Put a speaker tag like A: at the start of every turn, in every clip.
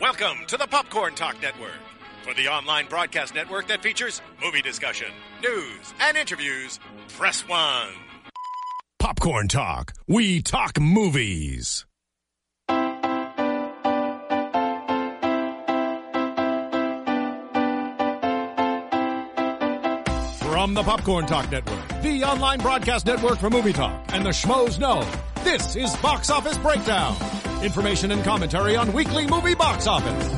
A: Welcome to the Popcorn Talk Network, for the online broadcast network that features movie discussion, news, and interviews. Press one. Popcorn Talk. We talk movies. From the Popcorn Talk Network, the online broadcast network for movie talk, and the schmoes know, this is Box Office Breakdown. Information and commentary on weekly movie box office.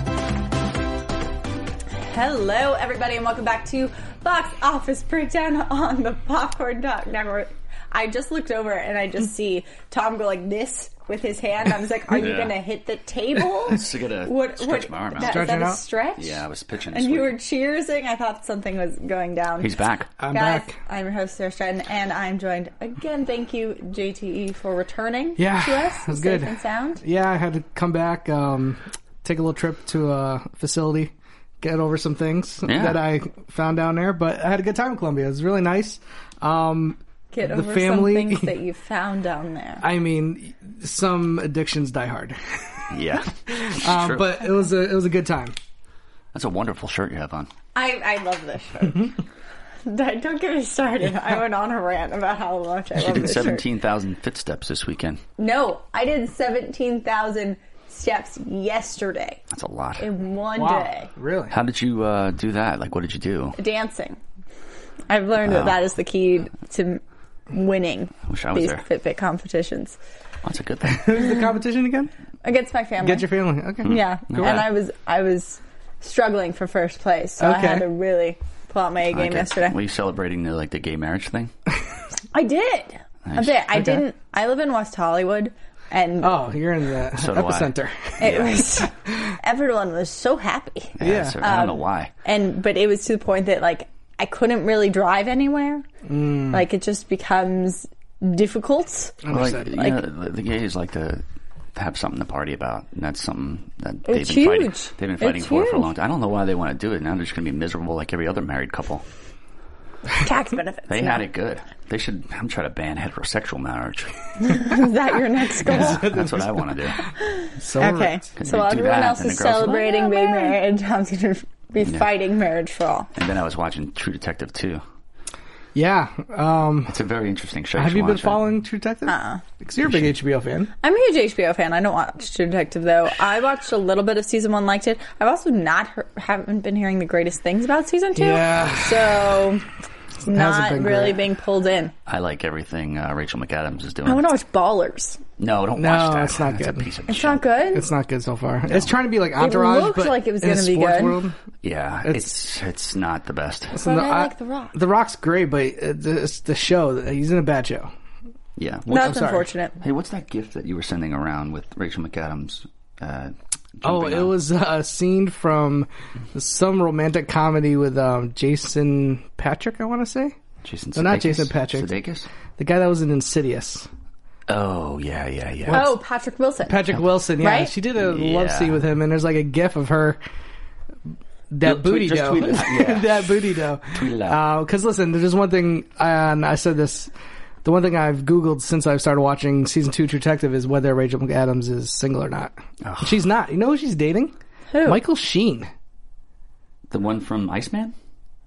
B: Hello, everybody, and welcome back to Box Office Breakdown on the Popcorn Talk Network. I just looked over and I just see Tom go like this with his hand. I was like, "Are you
C: Yeah.
B: going to hit the table?"
C: Just gotta stretch my arm out.
B: That,
C: Stretch
B: is that
D: it
B: a
D: out.
B: stretch?
C: Yeah, I was pitching this
B: And you
C: week.
B: were cheersing. I thought something was going down.
C: He's back.
D: I'm
B: Guys,
D: back.
B: I'm your host Sarah Stratton, and I'm joined again. Thank you, JTE, for returning
D: Yeah,
B: to us.
D: that's
B: safe
D: good.
B: and sound.
D: Yeah, I had to come back, um, take a little trip to a facility, get over some things
C: Yeah.
D: that I found down there. But I had a good time in Colombia. It was really nice. Um,
B: Get
D: The
B: over
D: family-
B: some things that you found down there.
D: I mean, some addictions die hard,
C: Yeah,
D: um,
C: True.
D: but it was a it was a good time.
C: that's a wonderful shirt you have on.
B: I, I love this shirt. Don't Mm-hmm. don't get me started. I went on a rant about how much I
C: You
B: love
C: did
B: this shirt.
C: seventeen thousand fit steps this weekend.
B: No, I did seventeen thousand steps yesterday
C: That's a lot.
B: in one day
D: really?
C: How did you uh, do that? Like, what did you do?
B: dancing. I've learned that that is the key to winning
C: wish I was
B: these
C: there.
B: Fitbit competitions
C: That's a good thing.
D: Who's the competition again?
B: against my family.
D: Get your family. Okay.
B: yeah,
C: Cool.
B: and I was I was struggling for first place, so I
D: Okay.
B: had to really pull out my A game
C: Like, uh,
B: yesterday.
C: Were you celebrating the like the gay marriage thing?
B: I did. I
C: Nice.
B: did. I didn't. I live in West Hollywood, and
D: Oh, you're in the
C: So do I.
D: epicenter.
B: it was everyone was so happy,
C: Yeah. so I don't
B: Um,
C: know why.
B: and but it was to the point that like I couldn't really drive anywhere.
C: Mm.
B: Like it just becomes difficult.
C: Like,
D: Understood.
C: you know, the, the gays like to have something to party about, and that's something that they've
B: It's
C: been fighting.
B: huge.
C: They've been
B: It's
C: fighting for for a
B: huge.
C: long time. I don't know why they want to do it now. They're just going to be miserable like every other married couple.
B: Tax benefits.
C: They
B: No.
C: had it good. They should. I'm trying to ban heterosexual marriage.
B: Is that your next goal?
C: that's what I want to do.
D: So
B: Okay.
D: right.
B: So
C: you
B: while
C: do
B: everyone
C: that,
B: else
C: then
B: is
C: the girls are like,
B: celebrating
C: "Yeah,
B: being
C: married."
B: married, Tom's going to be fighting marriage for all.
C: And then I was watching True Detective too.
D: Yeah. Um,
C: It's a very interesting show.
D: have
C: should
D: you been
C: watch it.
D: following True Detective?
B: Uh-uh.
D: Because you're a big HBO fan.
B: I'm a huge HBO fan. I don't watch True Detective though. I watched a little bit of season one, liked it. I've also not he- haven't been hearing the greatest things about season two.
D: Yeah.
B: So not
D: been
B: really
D: great.
B: being pulled in.
C: I like everything uh, Rachel McAdams is doing.
B: I want to watch Ballers.
C: no, don't
D: No,
C: watch that.
D: it's not
C: That's
D: good.
C: a piece of
B: It's
C: shit.
B: not good.
D: It's not good so far. It's trying to be like Entourage,
B: looked
D: but
B: like it was
D: in a
B: gonna be
D: sports
B: good.
D: world.
C: Yeah,
D: It's-
C: it's, it's not the best.
D: And
B: But I like The Rock.
D: The Rock's great, but it- it's the show. He's in a bad show.
C: Yeah.
B: That's
D: sorry.
B: unfortunate.
C: hey, what's that gift that you were sending around with Rachel McAdams? Uh,
D: Oh,
C: jumping
D: it
C: on?
D: was a scene from some romantic comedy with um, Jason Patrick. I want to say
C: Jason.
D: No, not
C: Sudeikis?
D: Jason Patrick.
C: Sudeikis.
D: the guy that was in Insidious,
C: Oh yeah, yeah, yeah.
B: Oh, Patrick Wilson.
D: Patrick Wilson. Yeah,
B: Right?
D: she did a
C: Yeah.
D: love scene with him, and there's like a gif of her. That
C: Tweet-
D: booty
C: just
D: dough.
C: tweet it out, yeah.
D: that booty dough.
C: Tweet it out.
D: Because listen, there's just one thing, and I said this. The one thing I've Googled since I've started watching season two True Detective is whether Rachel McAdams is single or not. She's not. You know who she's dating?
B: Who?
D: Michael Sheen.
C: the one from Iceman.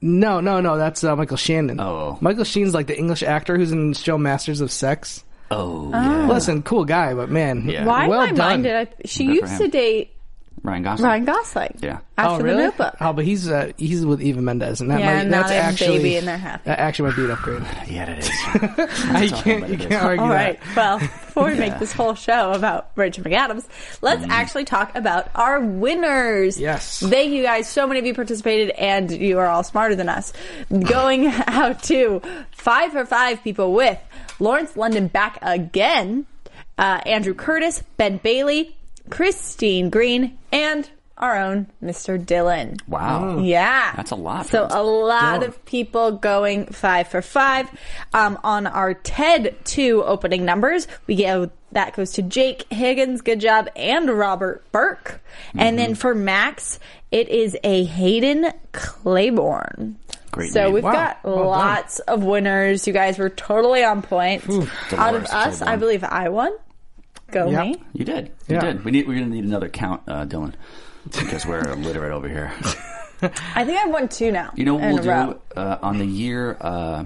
D: No, no, no. That's uh, Michael Shannon.
C: Oh.
D: Michael Sheen's like the English actor who's in the show Masters of Sex.
C: Oh, yeah.
D: Listen, cool guy, but man,
C: Yeah.
B: Why
D: well
B: in my
D: done.
B: mind did I? She
C: Good for
B: used to
C: him.
B: date
C: Ryan Gosling.
B: Ryan Gosling.
C: Yeah.
D: Oh
B: After The
D: really?
B: Notebook.
D: Oh, but he's uh, he's with Eva Mendes, and that
B: Yeah,
D: might,
B: and now
D: that's
B: they have a
D: actually
B: baby and they're happy.
D: That actually might be an upgrade.
C: Yeah, it is.
D: I
C: all
D: can't,
C: that
D: you
C: it is.
D: can't argue
B: All
D: that.
B: right. Well, before we make this whole show about Rachel McAdams, let's actually talk about our winners.
D: Mm-hmm. Yes.
B: Thank you guys. So many of you participated, and you are all smarter than us. Going out to five for five people with Lawrence London back again, uh, Andrew Curtis, Ben Bailey, Christine Green, and our own Mr. Dylan.
C: wow.
D: Oh.
B: Yeah.
C: That's a lot.
B: So a lot
D: Yeah.
B: of people going five for five. Um, on our TED 2 opening numbers, we get that goes to Jake Higgins, good job, and Robert Burke. And then
C: Mm-hmm.
B: for Max, it is a Hayden Claiborne.
C: Great
B: So
C: name.
B: we've
D: Wow.
B: got
D: Well done.
B: lots of winners. You guys were totally on point. Out of
C: Dolores
B: us, I
C: Claiborne.
B: believe I won. Go
D: Yep.
B: me.
C: You did. You
D: Yeah.
C: did. We need, we're going to need another count, uh, Dylan, because we're illiterate over here.
B: I think I've won two now.
C: You know what
B: in
C: we'll
B: a
C: do
B: row.
C: uh, on the year uh,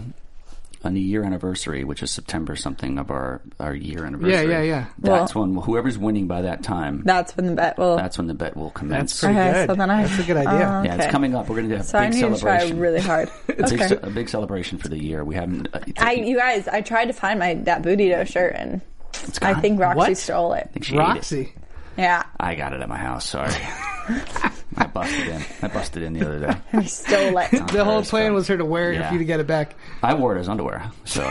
C: on the year anniversary, which is September something of our our year anniversary.
D: yeah, yeah.
C: That's when whoever's winning by that time.
B: That's when the bet will.
C: that's when the bet will commence.
D: That's pretty
B: Okay,
D: good.
B: so then I-
D: That's a good idea.
B: Uh,
C: Yeah, it's
B: okay.
C: coming up. We're going to have a
B: so I
C: big
B: need to try
C: celebration.
B: really hard.
C: a, big,
B: okay.
C: ce- a big celebration for the year. We haven't. Uh,
B: I, you guys, I tried to find my that Boudito shirt and I
C: gone?
B: think Roxy
D: What?
B: stole it.
C: think she ate it.
D: Roxy.
B: Yeah,
C: I got it at my house. Sorry. I busted in. I busted in the other day.
B: I stole it.
D: The whole
C: Embarrassed,
D: plan
C: but-
D: was her to wear it
C: Yeah.
D: for you to get it back.
C: I wore it as underwear. So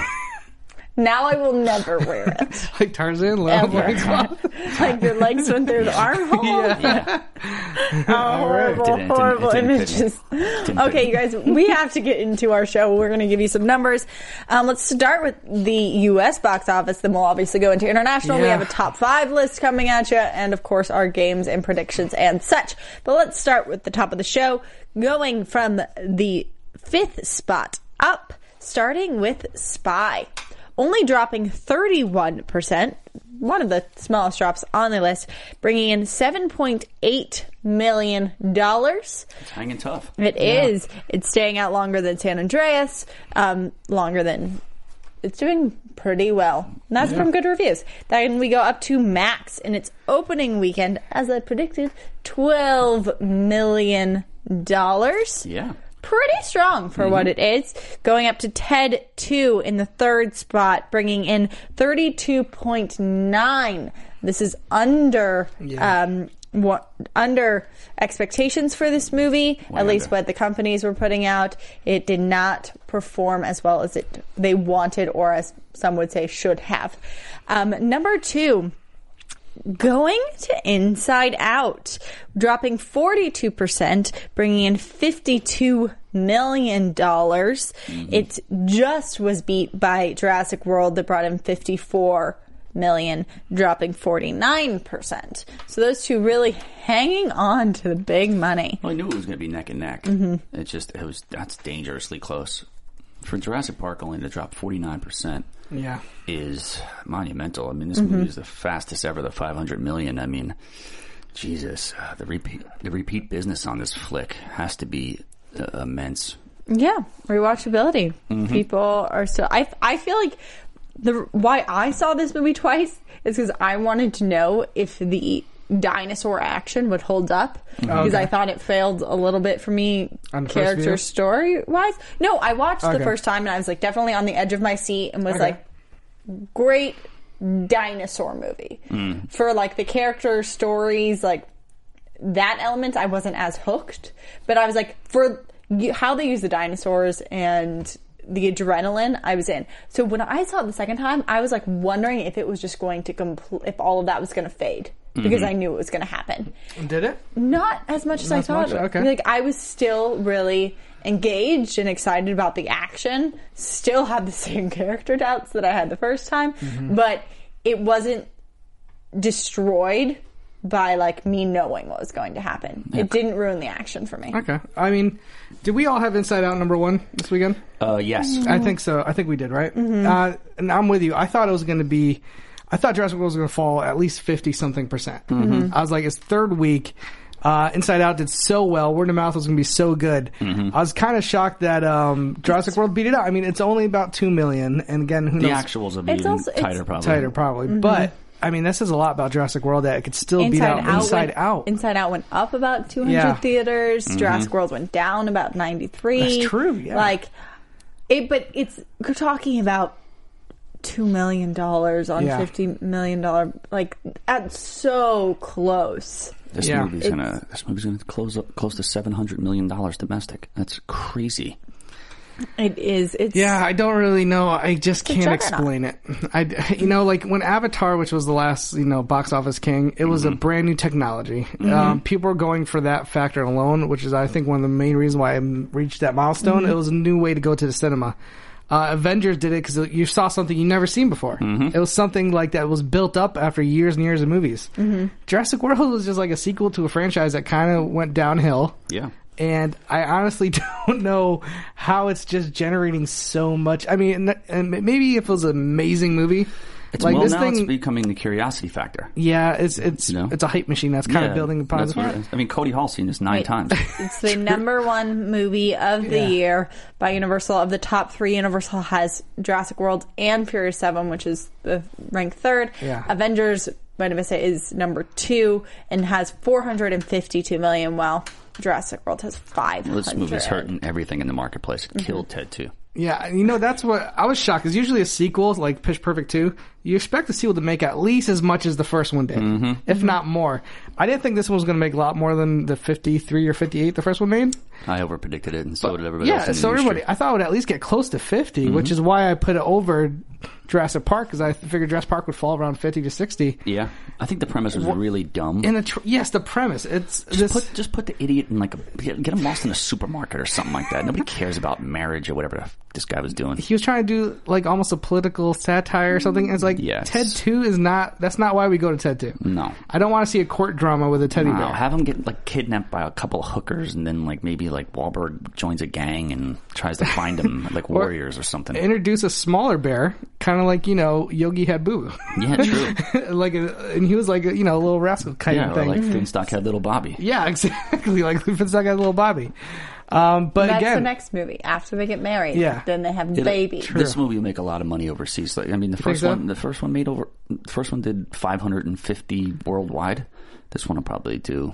B: now I will never wear it.
D: Like Tarzan,
C: Oh
D: love
B: Ever.
D: like cloth.
B: like your legs went through the armhole.
C: yeah,
B: Oh, horrible,
C: Didn't- it didn't-
B: horrible
C: it didn't fit
B: images.
C: me. Didn't fit
B: Okay,
C: me.
B: you guys, we have to get into our show. We're going to give you some numbers. Um, let's start with the U.S. box office. Then we'll obviously go into international. We
D: Yeah.
B: have a top five list coming at you, and of course our games and predictions and such. But let's start with the top of the show, going from the fifth spot up, starting with Spy, only dropping thirty-one percent. One of the smallest drops on the list, bringing in seven point eight million dollars.
C: it's hanging tough.
B: It is. It's staying out longer than San Andreas, um, longer than. It's doing pretty well. And that's from good reviews. Then we go up to Max in its opening weekend, as I predicted, $12 million.
C: Yeah.
B: Pretty strong for what it is. Going up to Ted 2 in the third spot, bringing in 32.9. This is under
D: Yeah.
B: um, what, under expectations for this movie, at
C: under.
B: least what the companies were putting out. It did not perform as well as it they wanted, or as some would say, should have. Um, number two. Going to Inside Out, dropping 42%, bringing in $52 million. It just was beat by Jurassic World that brought in 54 million, dropping 49%. So those two really hanging on to the big money.
C: Well, I knew it was going to be neck and neck.
D: Mm-hmm.
C: It just it was that's dangerously close. For Jurassic Park only to drop forty nine percent
D: Yeah.
C: is monumental. I mean, this
D: Mm-hmm.
C: movie is the fastest ever, the five hundred million. I mean, Jesus, uh, the repeat the repeat business on this flick has to be uh, immense.
B: Yeah, rewatchability. People are still. I I feel like the why I saw this movie twice is because I wanted to know if the dinosaur action would hold up because I thought it failed a little bit for me
D: Oh, On the first
B: character
D: view?
B: story wise. No, I watched the
D: Okay.
B: first time and I was like definitely on the edge of my seat and was
D: Okay.
B: like great dinosaur movie for like the character stories like that element i wasn't as hooked but i was like for you, how they use the dinosaurs and the adrenaline i was in so when i saw it the second time i was like wondering if it was just going to compl- if all of that was going to fade because i knew it was going to happen
D: Did it?
B: not as much as I
D: as
B: thought.
D: much?
B: it would.
D: Okay.
B: Like I was still really engaged and excited about the action. Still had the same character doubts that I had the first time,
D: Mm-hmm.
B: but it wasn't destroyed by like me knowing what was going to happen. It didn't ruin the action for me.
D: Okay. I mean, did we all have Inside Out number one this weekend?
C: Uh, yes,
D: I think so. I think we did, right? Uh, and I'm with you. I thought it was going to be. I thought Jurassic World was going to fall at least fifty something percent. I was like, it's third week. Uh, Inside Out did so well. Word of mouth was going to be so good. I was kind of shocked that um, Jurassic World beat it out. I mean, it's only about two million, and again, who
C: the
D: knows?
C: actuals will be
B: It's
C: even
B: also- it's
C: tighter, probably.
D: tighter probably, but I mean, this is a lot about Jurassic World that it could still beat out, Mm-hmm. Inside
B: went,
D: Out.
B: Inside Out went up about 200
D: Yeah. Mm-hmm.
B: theaters. Jurassic World went down about 93.
D: That's true, yeah.
B: Like it but it's we're talking about 2 million dollars on
D: Yeah.
B: 50 million dollar like that's so close.
C: This
D: Yeah.
C: movie's
B: It's-
C: gonna this movie's gonna close up close to seven hundred million dollars domestic. That's crazy.
B: It is it's
D: Yeah, I don't really know. I just
B: a
D: can't explain
B: juggernaut.
D: it. I, you know, like when Avatar, which was the last, you know, box office king, it was a brand new technology. Um, people are going for that factor alone, which is, I think, one of the main reasons why I reached that milestone. It was a new way to go to the cinema. Uh, Avengers did it because you saw something you never seen before. It was something like that was built up after years and years of movies.
B: Mm-hmm.
D: Jurassic World was just like a sequel to a franchise that kind of went downhill
C: Yeah.
D: and I honestly don't know how it's just generating so much. I mean, and- and maybe if it was an amazing movie,
C: It's,
D: like
C: well,
D: this
C: now
D: thing.
C: it's becoming the curiosity factor.
D: yeah, it's it's
C: You know?
D: it's a hype machine that's kind of
C: Yeah,
D: building upon.
C: that's what it is. I mean, Cody Hall seen this nine
B: Wait.
C: times.
B: It's the number one movie of the
D: Yeah.
B: year by Universal. Of the top three, Universal has Jurassic World and Fury Seven, which is the ranked third.
D: Yeah.
B: Avengers: Buena Vista is number two and has 452 million. While Jurassic World has five.
C: Well, this movie's hurting everything in the marketplace. It killed Ted too.
D: Yeah, you know that's what I was shocked. Because usually a sequel, like Pitch Perfect two, you expect the sequel to make at least as much as the first one did,
C: Mm-hmm.
D: if not more. I didn't think this one was going to make a lot more than the fifty three or fifty eight the first one made.
C: I overpredicted it, and so did everybody else.
D: yeah,
C: in the
D: so everybody,
C: industry. Mm-hmm.
D: I thought it would at least get close to 50 which is why I put it over Jurassic Park because I figured Jurassic Park would fall around fifty to sixty.
C: Yeah, I think the premise was really dumb.
D: And the tr- yes, the premise it's this.
C: Put, just put the idiot in like a get, get him lost in a supermarket or something like that. Nobody cares about marriage or whatever the f- this guy was doing.
D: he was trying to do like almost a political satire or something. And it's like
C: Yes.
D: Ted Two is not. That's not why we go to Ted Two.
C: No.
D: I don't want to see a court drama with a teddy
C: Wow,
D: bear.
C: have him get like kidnapped by a couple hookers, and then like maybe like Wahlberg joins a gang and tries to find him like warriors or something.
D: Introduce a smaller bear, kind of like you know Yogi had Boo,
C: yeah, true.
D: like a, and he was like a, you know a little rascal kind
C: Yeah,
D: of
C: or
D: thing.
C: like Finstock had little Bobby.
D: yeah, exactly. Like Lupin's like a little Bobby. Um, but
B: That's
D: again,
B: the next movie after they get married.
D: Yeah.
B: Then they have
C: It'll-
B: babies.
C: This movie will make a lot of money overseas. Like, I mean, the first
D: so?
C: one, the first one made over, the first one did 550 worldwide. This one will probably do.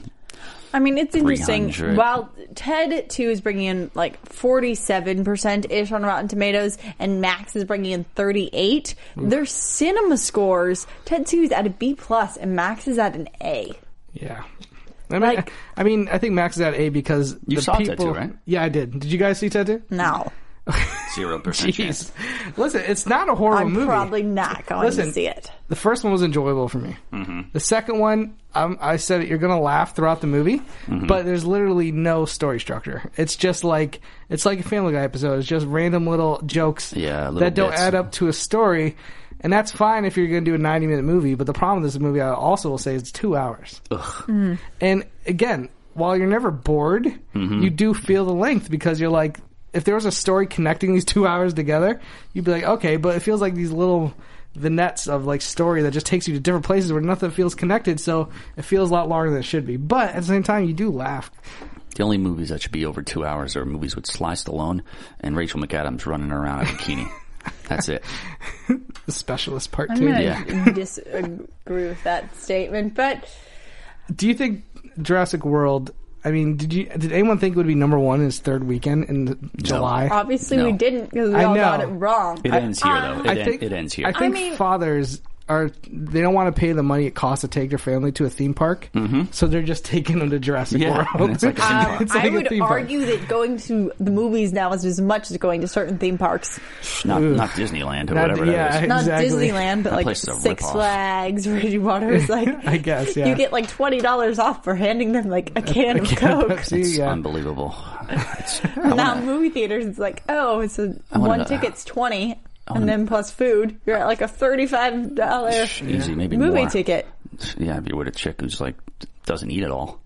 B: I mean, it's interesting.
C: 300.
B: While Ted 2 is bringing in like 47% ish on Rotten Tomatoes and Max is bringing in 38,
C: Mm.
B: their cinema scores, Ted 2 is at a B plus and Max is at an A.
D: yeah. I mean,
B: Like-
D: I mean, I think Max is at A because
C: You
D: the
C: saw Ted
D: people,
C: Two, right?
D: Yeah, I did. Did you guys see Tattoo?
B: Now,
C: Zero percent
D: Jeez, listen, it's not a horror
B: I'm
D: movie.
B: probably not going to
D: Listen,
B: see it.
D: The first one was enjoyable for me.
C: Mm-hmm.
D: The second one, um, I said it, you're gonna laugh throughout the movie,
C: Mm-hmm.
D: but there's literally no story structure. It's just like it's like a Family Guy episode. It's just random little jokes
C: Yeah, little
D: that don't
C: bits.
D: add up to a story, and that's fine if you're gonna do a 90 minute movie. But the problem with this movie, I also will say, is two hours. And again, while you're never bored, you do feel the length because you're like, if there was a story connecting these two hours together, you'd be like, okay, but it feels like these little vignettes of like story that just takes you to different places where nothing feels connected, so it feels a lot longer than it should be. But at the same time, you do laugh.
C: The only movies that should be over two hours are movies with Sly Stallone and Rachel McAdams running around in a bikini. That's it.
D: The specialist part
B: I'm
D: too.
B: going to
C: Yeah.
B: disagree with that statement, but
D: Do you think Jurassic World? I mean, did you did anyone think it would be number one in its third weekend in July?
B: obviously we
C: No.
B: didn't because we
D: I
B: all
D: know.
B: got it wrong.
C: It ends here, though. It,
D: I
C: en-
D: think
C: it ends here.
D: I think
B: mean-
D: fathers are they don't want to pay the money it costs to take their family to a theme park, so they're just taking them to Jurassic
C: Mm-hmm. Yeah,
D: World.
C: and it's like a theme
B: Um,
C: park.
D: It's like
B: I
D: a
B: would
D: theme park.
B: argue that going to the movies now is as much as going to certain theme parks.
C: not, not Disneyland or
D: Not-
C: whatever
D: yeah,
C: that is.
B: not
D: Exactly.
B: Disneyland, but
C: That
B: like
C: place is a
B: Six
C: ripoff.
B: Flags, Ragey Waters. Like,
D: I guess, yeah.
B: you get like twenty dollars off for handing them like a can of Coke.
D: Pepsi,
C: It's
D: yeah.
C: unbelievable. It's, I
B: Now
C: wanna-
B: movie theaters, it's like, oh, it's a
C: wanna
B: one
C: go-
B: ticket's twenty, and then plus food, you're at like a thirty-five dollar
C: easy, maybe
B: movie
C: more.
B: ticket.
C: Yeah, if you were a chick who's like doesn't eat at all,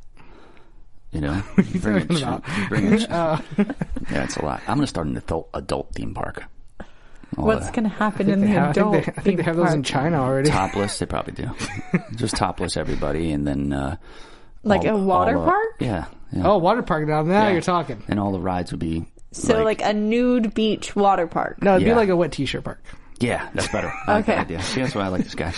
C: you know, bring a
D: talking
C: ch-
D: about?
C: bring a ch- yeah, it's a lot. I'm gonna start an adult adult theme park. All
B: What's
C: the
B: going to happen in
D: They
B: the
D: have- I think
B: adult?
D: they, I think they have those in China already.
C: topless? They probably do. Just topless everybody, and then uh,
B: Like a water
C: the-
B: park?
C: Yeah. yeah.
D: Oh, water park now. Now
C: Yeah.
D: you're talking.
C: And all the rides would be
B: so like, a nude beach water park.
D: No, it'd
C: Yeah.
D: be like a wet t-shirt park.
C: yeah, that's better. I like that
B: Okay.
C: idea. See, that's why I like this guy.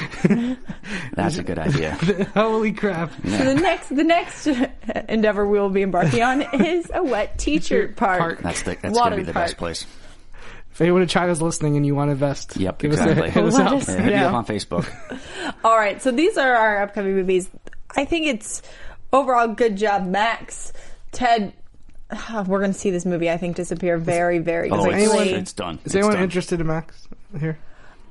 C: That's a good idea.
D: Holy crap!
B: So the next the next endeavor we will be embarking on is a wet teacher park.
C: That's the, that's
B: Water
C: gonna be the
B: park.
C: best place.
D: If anyone in China's listening and you want to invest,
C: Yep,
D: give
C: exactly.
D: us a, hit us
B: Let
D: up.
B: us
C: Yeah, hit me
D: Yeah.
C: up on Facebook.
B: All right, so these are our upcoming movies. I think it's overall good job, Max. Ted, ah, we're going to see this movie. I think disappear very, very
C: Oh, it's,
B: quickly.
C: it's done.
D: Is anyone
C: it's done.
D: interested in Max here?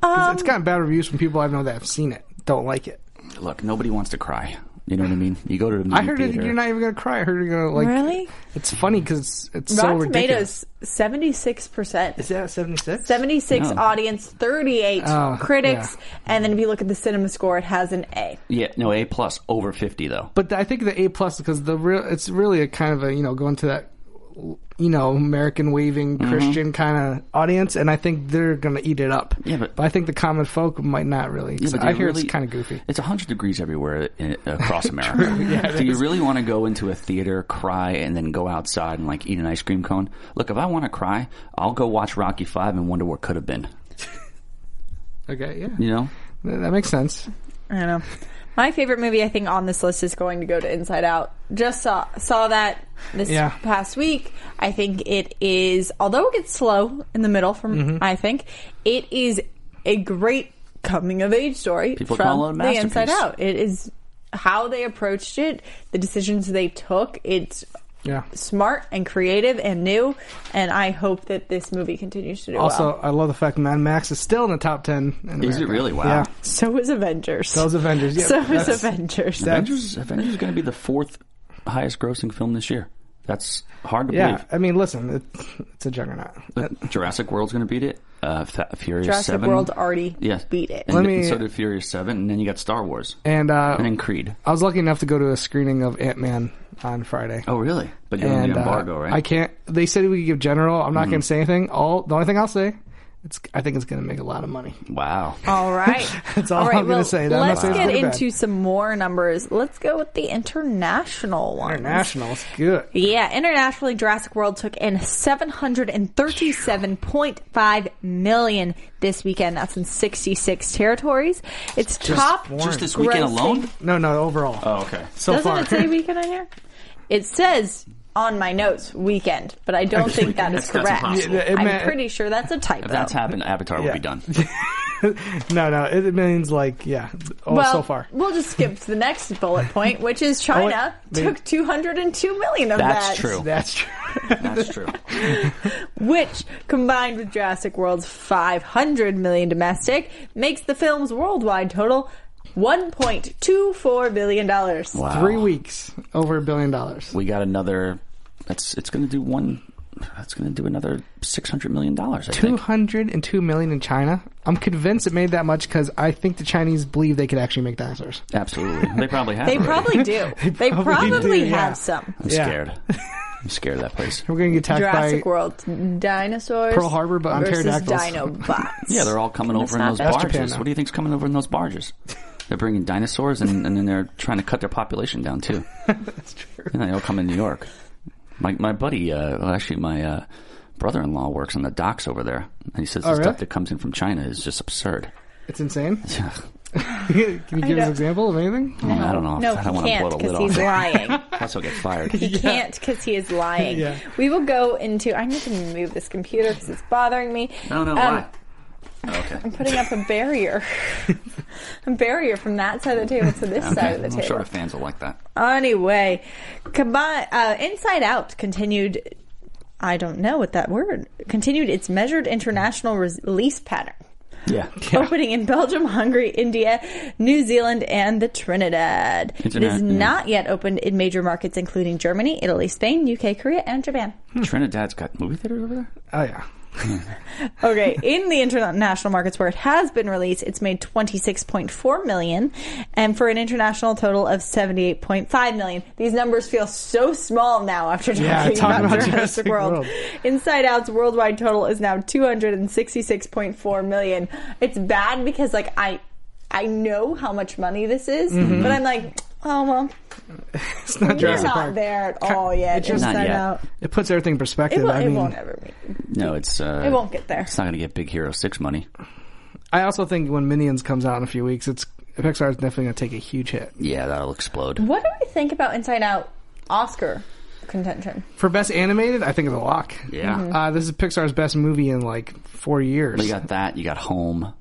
D: 'Cause
B: Um,
D: it's gotten bad reviews from people I know that have seen it. Don't like it.
C: Look, nobody wants to cry. You know what I mean? You go to the movie
D: I heard it,
C: theater.
D: you're not even gonna cry. I heard you're gonna like.
B: really?
D: It's funny because it's, it's so
B: Rotten
D: ridiculous.
B: Tomatoes seventy six percent.
D: Is that 76?
B: 76
C: No.
B: audience, 38
D: Oh,
B: critics, and then if you look at the cinema score, it has an A.
C: Yeah, no, A plus over fifty though.
D: But I think the A plus because the real it's really a kind of a you know going to that you know, American waving
C: Mm-hmm.
D: Christian kind of audience, and I think they're gonna eat it up.
C: Yeah, but-
D: I think the common folk might not really. 'cause
C: Yeah, but do
D: I
C: you
D: hear
C: really-
D: it's kind of goofy.
C: It's 100 degrees everywhere in, across America. do you really want to go into a theater, cry, and then go outside and like eat an ice cream cone? Look, if I want to cry, I'll go watch Rocky Five and wonder what could have been.
D: Okay, yeah,
C: You know?
D: Th- that makes sense.
B: I don't know. My favorite movie, I think, on this list is going to go to Inside Out. Just saw saw that this
D: Yeah.
B: past week. I think it is, although it gets slow in the middle. From
D: Mm-hmm.
B: I think it is a great coming of age story
C: People
B: from
C: call it a
B: the Inside
C: masterpiece.
B: Out. It is how they approached it, the decisions they took. It's
D: Yeah.
B: smart and creative and new, and I hope that this movie continues to do
D: Also,
B: well.
D: I love the fact Mad Max is still in the top ten. In
C: Is it
D: America.
C: really? Wow.
D: Yeah,
B: So is Avengers.
D: those Avengers. Yeah,
B: so is
D: that's-
B: Avengers.
C: Avengers, Avengers is going to be the fourth highest grossing film this year. That's hard to
D: Yeah,
C: believe.
D: I mean, listen, it, it's a juggernaut.
C: Look, Jurassic World's going to beat it. Uh, Fa- Furious
B: Jurassic
C: Seven.
B: World already
C: Yes.
B: beat it.
C: And,
D: Let me-
C: and so did Furious Seven, and then you got Star Wars,
D: And uh,
C: and then Creed.
D: I was lucky enough to go to a screening of Ant Man on Friday.
C: Oh, really? But you're
D: and
C: under
D: uh,
C: embargo, right? Mm-hmm.
D: I can't. They said we could give general. I'm not going to say anything. All the only thing I'll say, it's. I think it's going to make a lot of money.
C: Wow.
D: Uh,
B: All right.
D: That's all I'm gonna say. I'm not
B: let's
D: saying it's
B: get
D: good or bad.
B: into some more numbers. Let's go with the international ones.
D: International, it's good.
B: Yeah, internationally, Jurassic World took in 737.5 million this weekend. That's in 66 territories. It's top.
C: Just this weekend
B: grossing-
C: alone?
D: No, no, overall.
C: Oh, okay.
D: so
B: Doesn't
D: far,
B: it say weekend on here? It says on my notes weekend, but I don't think that is
C: That's- that's
B: correct.
C: impossible.
D: It
B: I'm
D: meant-
B: pretty sure that's a typo.
C: If that's happened, Avatar will be done.
D: no, no, it means like yeah. Oh,
B: well,
D: so far. Oh,
B: We'll just skip to the next bullet point, which is China
D: wait.
B: took 202 million of
C: That's
B: that,
C: true.
D: That's true.
C: That's true.
B: which combined with Jurassic World's 500 million domestic makes the film's worldwide total 1.24 billion dollars.
C: Wow.
D: Three weeks over a billion dollars.
C: We got another. That's it's going to do one. That's going to do another six hundred million dollars. I
D: Two
C: think.
D: hundred and two million in China. I'm convinced it made that much because I think the Chinese believe they could actually make dinosaurs.
C: Absolutely. They probably have.
B: They
C: already.
B: probably do. they
D: probably
B: probably,
D: do,
B: have
D: yeah.
B: some.
C: I'm
D: Yeah.
C: scared. I'm scared of that place.
D: We're gonna get attacked
B: Jurassic
D: by
B: World dinosaurs.
D: Pearl Harbor, but on
B: versus
D: pterodactyls.
B: Dinobots.
C: Yeah, they're all coming over in
B: not
C: those
B: bad.
D: That's Japan,
C: barges.
D: though.
C: what do you think's coming over in those barges? They're bringing dinosaurs, and, and then they're trying to cut their population down too.
D: That's true.
C: Yeah, they all come in New York. My my buddy, uh, well, actually, my uh, brother-in-law works on the docks over there, and he says the
D: Oh, really?
C: stuff that comes in from China is just absurd.
D: It's insane.
C: Yeah.
D: Can you give us
B: know.
D: an example of anything?
C: I, mean, I don't know.
B: No,
C: I
B: he
C: don't want to
B: can't
C: blow the
B: because
C: lid
B: he's
C: off.
B: lying.
C: Plus, he'll get fired.
B: He can't because he is lying.
D: Yeah.
B: We will go into. I need to move this computer because it's bothering me.
C: I don't know
B: Um,
C: why. Oh, Okay.
B: I'm putting up a barrier, a barrier from that side of the table to this side of the
C: I'm
B: table.
C: sure the fans will like that.
B: Anyway, combine, uh, Inside Out continued. I don't know what that word continued. Its measured international res- release pattern.
C: Yeah.
B: Opening in Belgium, Hungary, India, New Zealand, and the Trinidad. It
C: Internet, mm.
B: is
C: yeah.
B: not yet opened in major markets including Germany, Italy, Spain, UK, Korea, and Japan.
C: Trinidad's got movie theaters over there?
D: Oh yeah.
B: Okay, in the international markets where it has been released, it's made 26.4 million and for an international total of 78.5 million. These numbers feel so small now after talking,
D: Yeah,
B: about,
D: talking about
B: Jurassic,
D: Jurassic
B: World.
D: World.
B: Inside Out's worldwide total is now 266.4 million. It's bad because like I I know how much money this is, but I'm like, oh well,
D: It's not
B: you're
D: Mm-hmm. Jurassic
B: not
D: Park.
B: there at all yet.
D: just-
C: Not
B: Inside
C: yet.
B: Out.
D: It puts everything in perspective.
B: It, will,
D: I mean,
B: it won't ever meet.
C: No, it's. Uh,
B: It won't get there.
C: It's not going to get Big Hero 6 money.
D: I also think when Minions comes out in a few weeks, it's Pixar is definitely going to take a huge hit
C: Yeah, that'll explode.
B: What do we think about Inside Out Oscar contention?
D: for best animated. I think it's a lock.
C: Yeah.
B: Mm-hmm.
D: Uh, this is Pixar's best movie in like four years.
C: You got that. You got Home.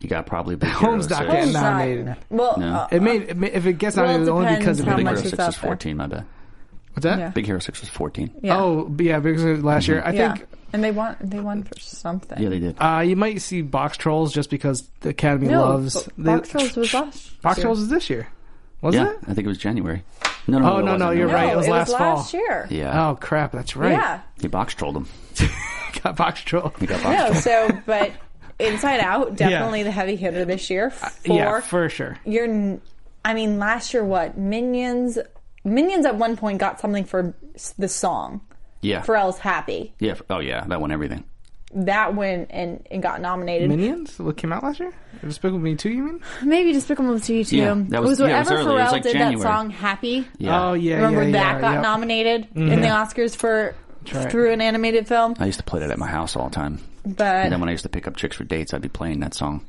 C: You got probably Big
D: Home's
C: Hero 6.
D: not getting nominated.
B: Well,
C: No.
B: uh,
D: It may, it may if it gets
B: Well, it
D: nominated only
B: depends
D: because of
B: how
C: Big
D: Big
B: much
C: Hero
D: Hero.
B: is
C: 6
B: out
C: was
B: there.
C: 14, my bad.
D: What's that?
B: Yeah.
C: Big Hero 6 was 14. Yeah,
B: yeah.
D: Oh yeah, because of last
C: Mm-hmm.
D: year. I
B: yeah.
D: think
B: and they won. They won for something.
C: they did.
D: uh, you might see Box Trolls just because the Academy
B: no,
D: loves
B: Bo-
D: they-
B: Box Trolls was us.
D: Box Trolls is this year, was
C: yeah,
D: it?
C: I think it was January. No, no,
D: Oh,
C: it
D: no, no,
C: wasn't.
D: you're
B: No,
D: right, it was last fall.
B: year.
C: Yeah.
D: Oh crap, that's right.
B: Yeah.
C: You box trolled him.
D: got Box Troll.
C: You got box
B: No.
C: trolled.
B: So, but Inside Out definitely the heavy hitter this year. For
D: Uh, Yeah, for sure.
B: your, n- I mean, last year what Minions? Minions at one point got something for s- the song.
C: Yeah.
B: Pharrell's Happy.
C: yeah. f- Oh yeah, that won everything.
B: That went and, and got nominated.
D: Minions? What came out last year? Despicable Me 2, you mean?
B: Maybe Despicable Me 2. too.
C: Yeah, that was-
B: it was
C: yeah, it
B: whenever
C: was earlier. It
B: Pharrell
C: was like
B: did
C: January.
B: that song Happy.
C: Yeah.
D: Oh, yeah.
B: Remember
D: yeah,
B: that
D: yeah,
B: got
D: yep.
B: nominated in the Oscars for
D: right.
B: through an animated film,
C: I used to play that at my house all the time. And
B: but
C: then when I used to pick up chicks for dates, I'd be playing that song.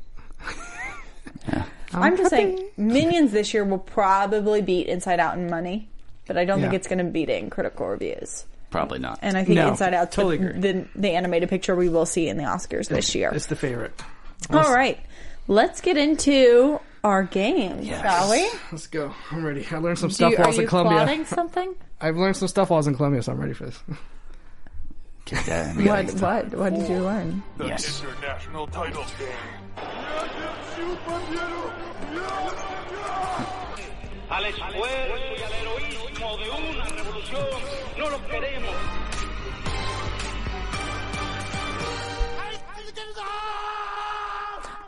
B: I'm just saying Minions this year will probably beat Inside Out in money, but I don't think
D: Yeah.
B: it's going to beat it in critical reviews.
C: Probably not.
B: And I think
D: No,
B: Inside Out
D: totally
B: the,
D: agree.
B: the the animated picture we will see in the Oscars this year.
D: It's the favorite.
B: All right, let's get into our game, shall we?
D: Let's go. I'm ready. I learned some
B: Do
D: stuff
B: you,
D: while I
B: are
D: was in
B: you
D: Colombia.
B: plotting something?
D: I've learned some stuff while I was in Colombia, so I'm ready for this.
C: Kick that.
B: What what what did you learn?
E: the
C: Yes.
E: international title game.
F: al esfuerzo y al heroísmo de una revolución. No los queremos.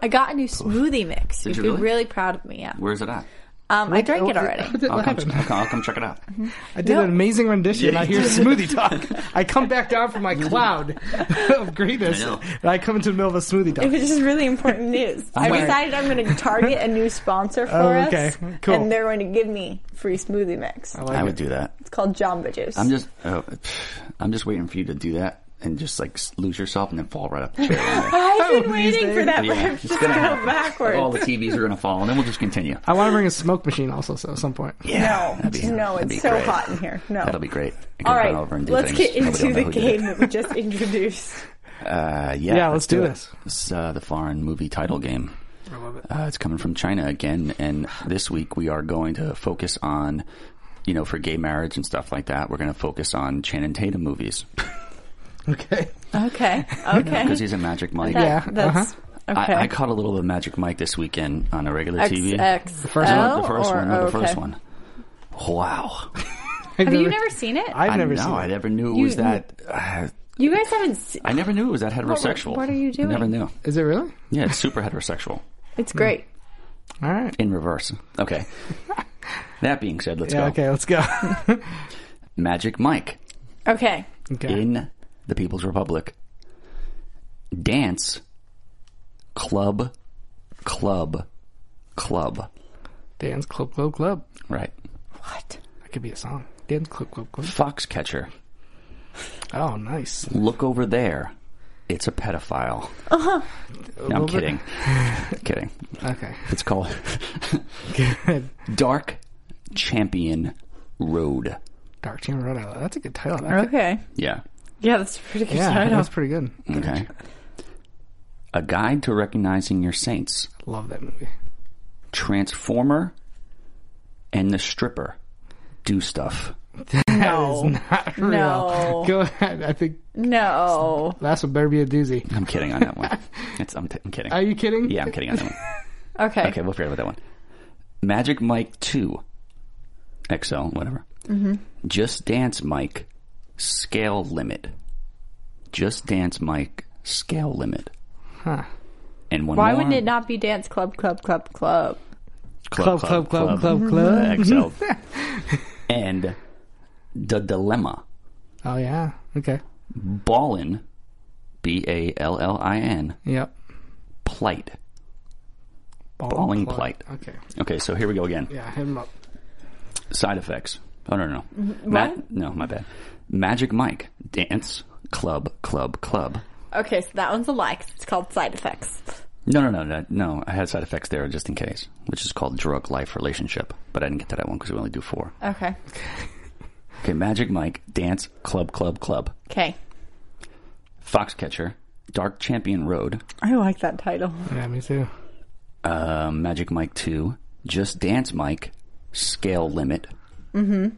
B: I got a new smoothie mix. You'd
C: Did you
B: be
C: really?
B: really proud of me. Yeah,
C: Where's it at?
B: um, I drank it already.
D: What, did-
C: I'll
D: what
C: come,
D: happened?
C: I'll come- I'll come check it out.
D: I did
B: No.
D: an amazing rendition. I hear smoothie talk. I come back down from my cloud of greatness,
C: I know.
D: and I come into the middle of a smoothie
B: It
D: talk.
B: was just really important news. I
C: Right.
B: decided I'm going to target a new sponsor for
D: Oh, okay.
B: us,
D: Cool.
B: and they're going to give me free smoothie mix.
D: like
C: I
D: it.
C: would do that.
B: It's called Jamba Juice.
C: I'm just, oh, I'm just waiting for you to do that and just like s- lose yourself and then fall right up the chair.
B: I've been
D: these
B: waiting for
D: days.
B: that
C: Oh, Yeah,
B: rip
C: it's
B: to go
C: gonna happen.
B: backwards.
C: All the TVs are gonna fall, and then we'll just continue.
D: I want to bring a smoke machine also, so at some point.
C: Yeah,
B: no,
C: that'd be-
B: no,
C: that'd be
B: it's so
C: great.
B: hot in here. No.
C: That'll be great. I can
B: All
C: run over
B: right,
C: and do
B: let's
C: things.
B: get
C: Nobody
B: into
C: will know
B: the
C: who did
B: game that we just introduced.
C: it. Uh, yeah,
D: Yeah, let's do
C: it.
D: this.
C: It's uh, the foreign movie title game. I love it. Uh, it's coming from China again, and this week we are going to focus on, you know, for gay marriage and stuff like that. We're going to focus on Channing Tatum movies
D: Okay.
B: Okay, okay.
C: because he's a Magic Mike.
D: Yeah,
B: That's okay.
C: uh-huh. I, I caught a little of Magic Mike this weekend on a regular TV.
B: XX. The
D: first
C: the first
B: Oh, or,
C: one, no, the
B: okay.
C: first one. Wow!
B: Have you never seen it?
D: I've
C: I
D: never
C: know.
D: seen
C: I
D: it.
C: never knew it
B: You-
C: was that. Uh,
B: you guys haven't. Se-
C: I never knew it was that heterosexual.
B: what are you doing?
C: Never knew.
D: Is it really?
C: Yeah, it's super heterosexual.
B: it's great.
D: All right.
C: In reverse. Okay. that being said, let's
D: Yeah,
C: go.
D: okay, let's go.
C: Magic Mike
B: Okay,
D: okay.
C: in the People's Republic. Dance. Club. Club. Club.
D: Dance Club Club Club.
C: Right.
B: what?
D: That could be a song. Dance Club Club Club.
C: Foxcatcher.
D: Oh, nice.
C: Look over there. It's a pedophile.
B: Uh-huh.
C: No, I'm
D: little bit-
C: kidding. kidding.
D: Okay.
C: It's called
D: Good.
C: Dark Champion Road.
D: Dark Chamber Road Island. That's a good title. That could-
B: Okay,
C: Yeah.
B: yeah, that's a pretty good
D: yeah,
B: title.
D: that's pretty good.
C: Okay. A Guide to Recognizing Your Saints.
D: Love that movie.
C: Transformer and the stripper do stuff.
B: No,
D: Not real.
B: No.
D: Go ahead. I think
B: no.
D: last one better be a doozy.
C: I'm kidding on that one. It's, I'm, t- I'm kidding.
D: Are you kidding?
C: yeah, I'm kidding on that one.
B: Okay.
C: Okay, we'll forget about that one. Magic Mike 2. XO, whatever.
B: Mm-hmm.
C: Just Dance Mike Scale Limit. Just Dance Mike Scale Limit.
D: Huh.
C: And one
B: Why
C: more.
B: would it not be Dance Club Club Club Club?
D: Club, club, club, club, club.
C: XO. and The Dilemma.
D: Oh, yeah. Okay.
C: Ballin, B A L L I N,
D: Yep.
C: plight.
D: Ball
C: Balling
D: plug.
C: plight.
D: Okay.
C: Okay, so here we go again.
D: Yeah, hit him up.
C: Side effects. Oh no no. Ma- no, my bad. Magic Mike, dance, club, club, club.
B: Okay, so that one's a lie. 'cause It's called Side Effects.
C: No no no no no. I had side effects there just in case, which is called drug life relationship. But I didn't get to that one because we only do four.
B: Okay.
C: Okay, Magic Mike, dance, club, club, club.
B: Okay.
C: Foxcatcher, Dark Champion Road,
B: I like that title.
D: Yeah, me too.
C: uh, Magic Mike Two, Just Dance Mike, Scale Limit, mm-hmm.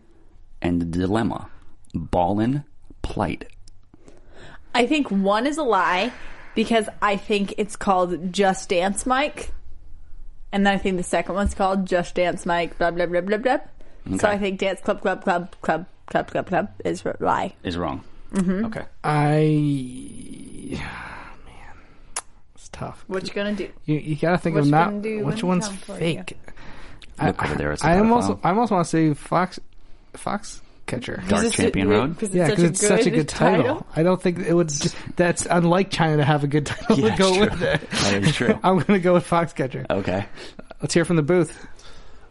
C: and the Dilemma, Ballin, Plight.
B: I think one is a lie because I think it's called Just Dance Mike. And then I think the second one's called Just Dance Mike, blah, blah, blah, blah, blah. So I think Dance Club Club Club Club Club Club Club is a lie.
C: is wrong. Mm-hmm. Okay.
D: I. Man. It's tough.
B: What you gonna do?
D: You, you gotta think
B: Which
D: of
B: one
D: not
B: do you
D: which
B: want
D: one's
B: to count for you?
D: fake. I,
C: Look over there, it's a
D: I almost
C: pedophile.
D: I almost want to say Fox, Fox Catcher.
C: Dark Champion Road.
B: Because it's,
D: Yeah,
B: such,
D: because
B: a
D: it's such a good title.
B: title.
D: I don't think it would. That's unlike China to have a good title
C: Yeah,
D: to go
C: true.
D: with it.
C: That is true.
D: I'm going to go with Foxcatcher.
C: Okay.
D: Let's hear from the booth.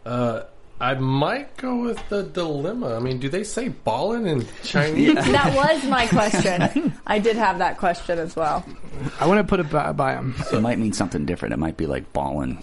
G: Uh, I might go with the dilemma. I mean, do they say ballin' in Chinese?
B: That was my question. I did have that question as well.
D: I want to put it by, by him.
C: It might mean something different. It might be like ballin'.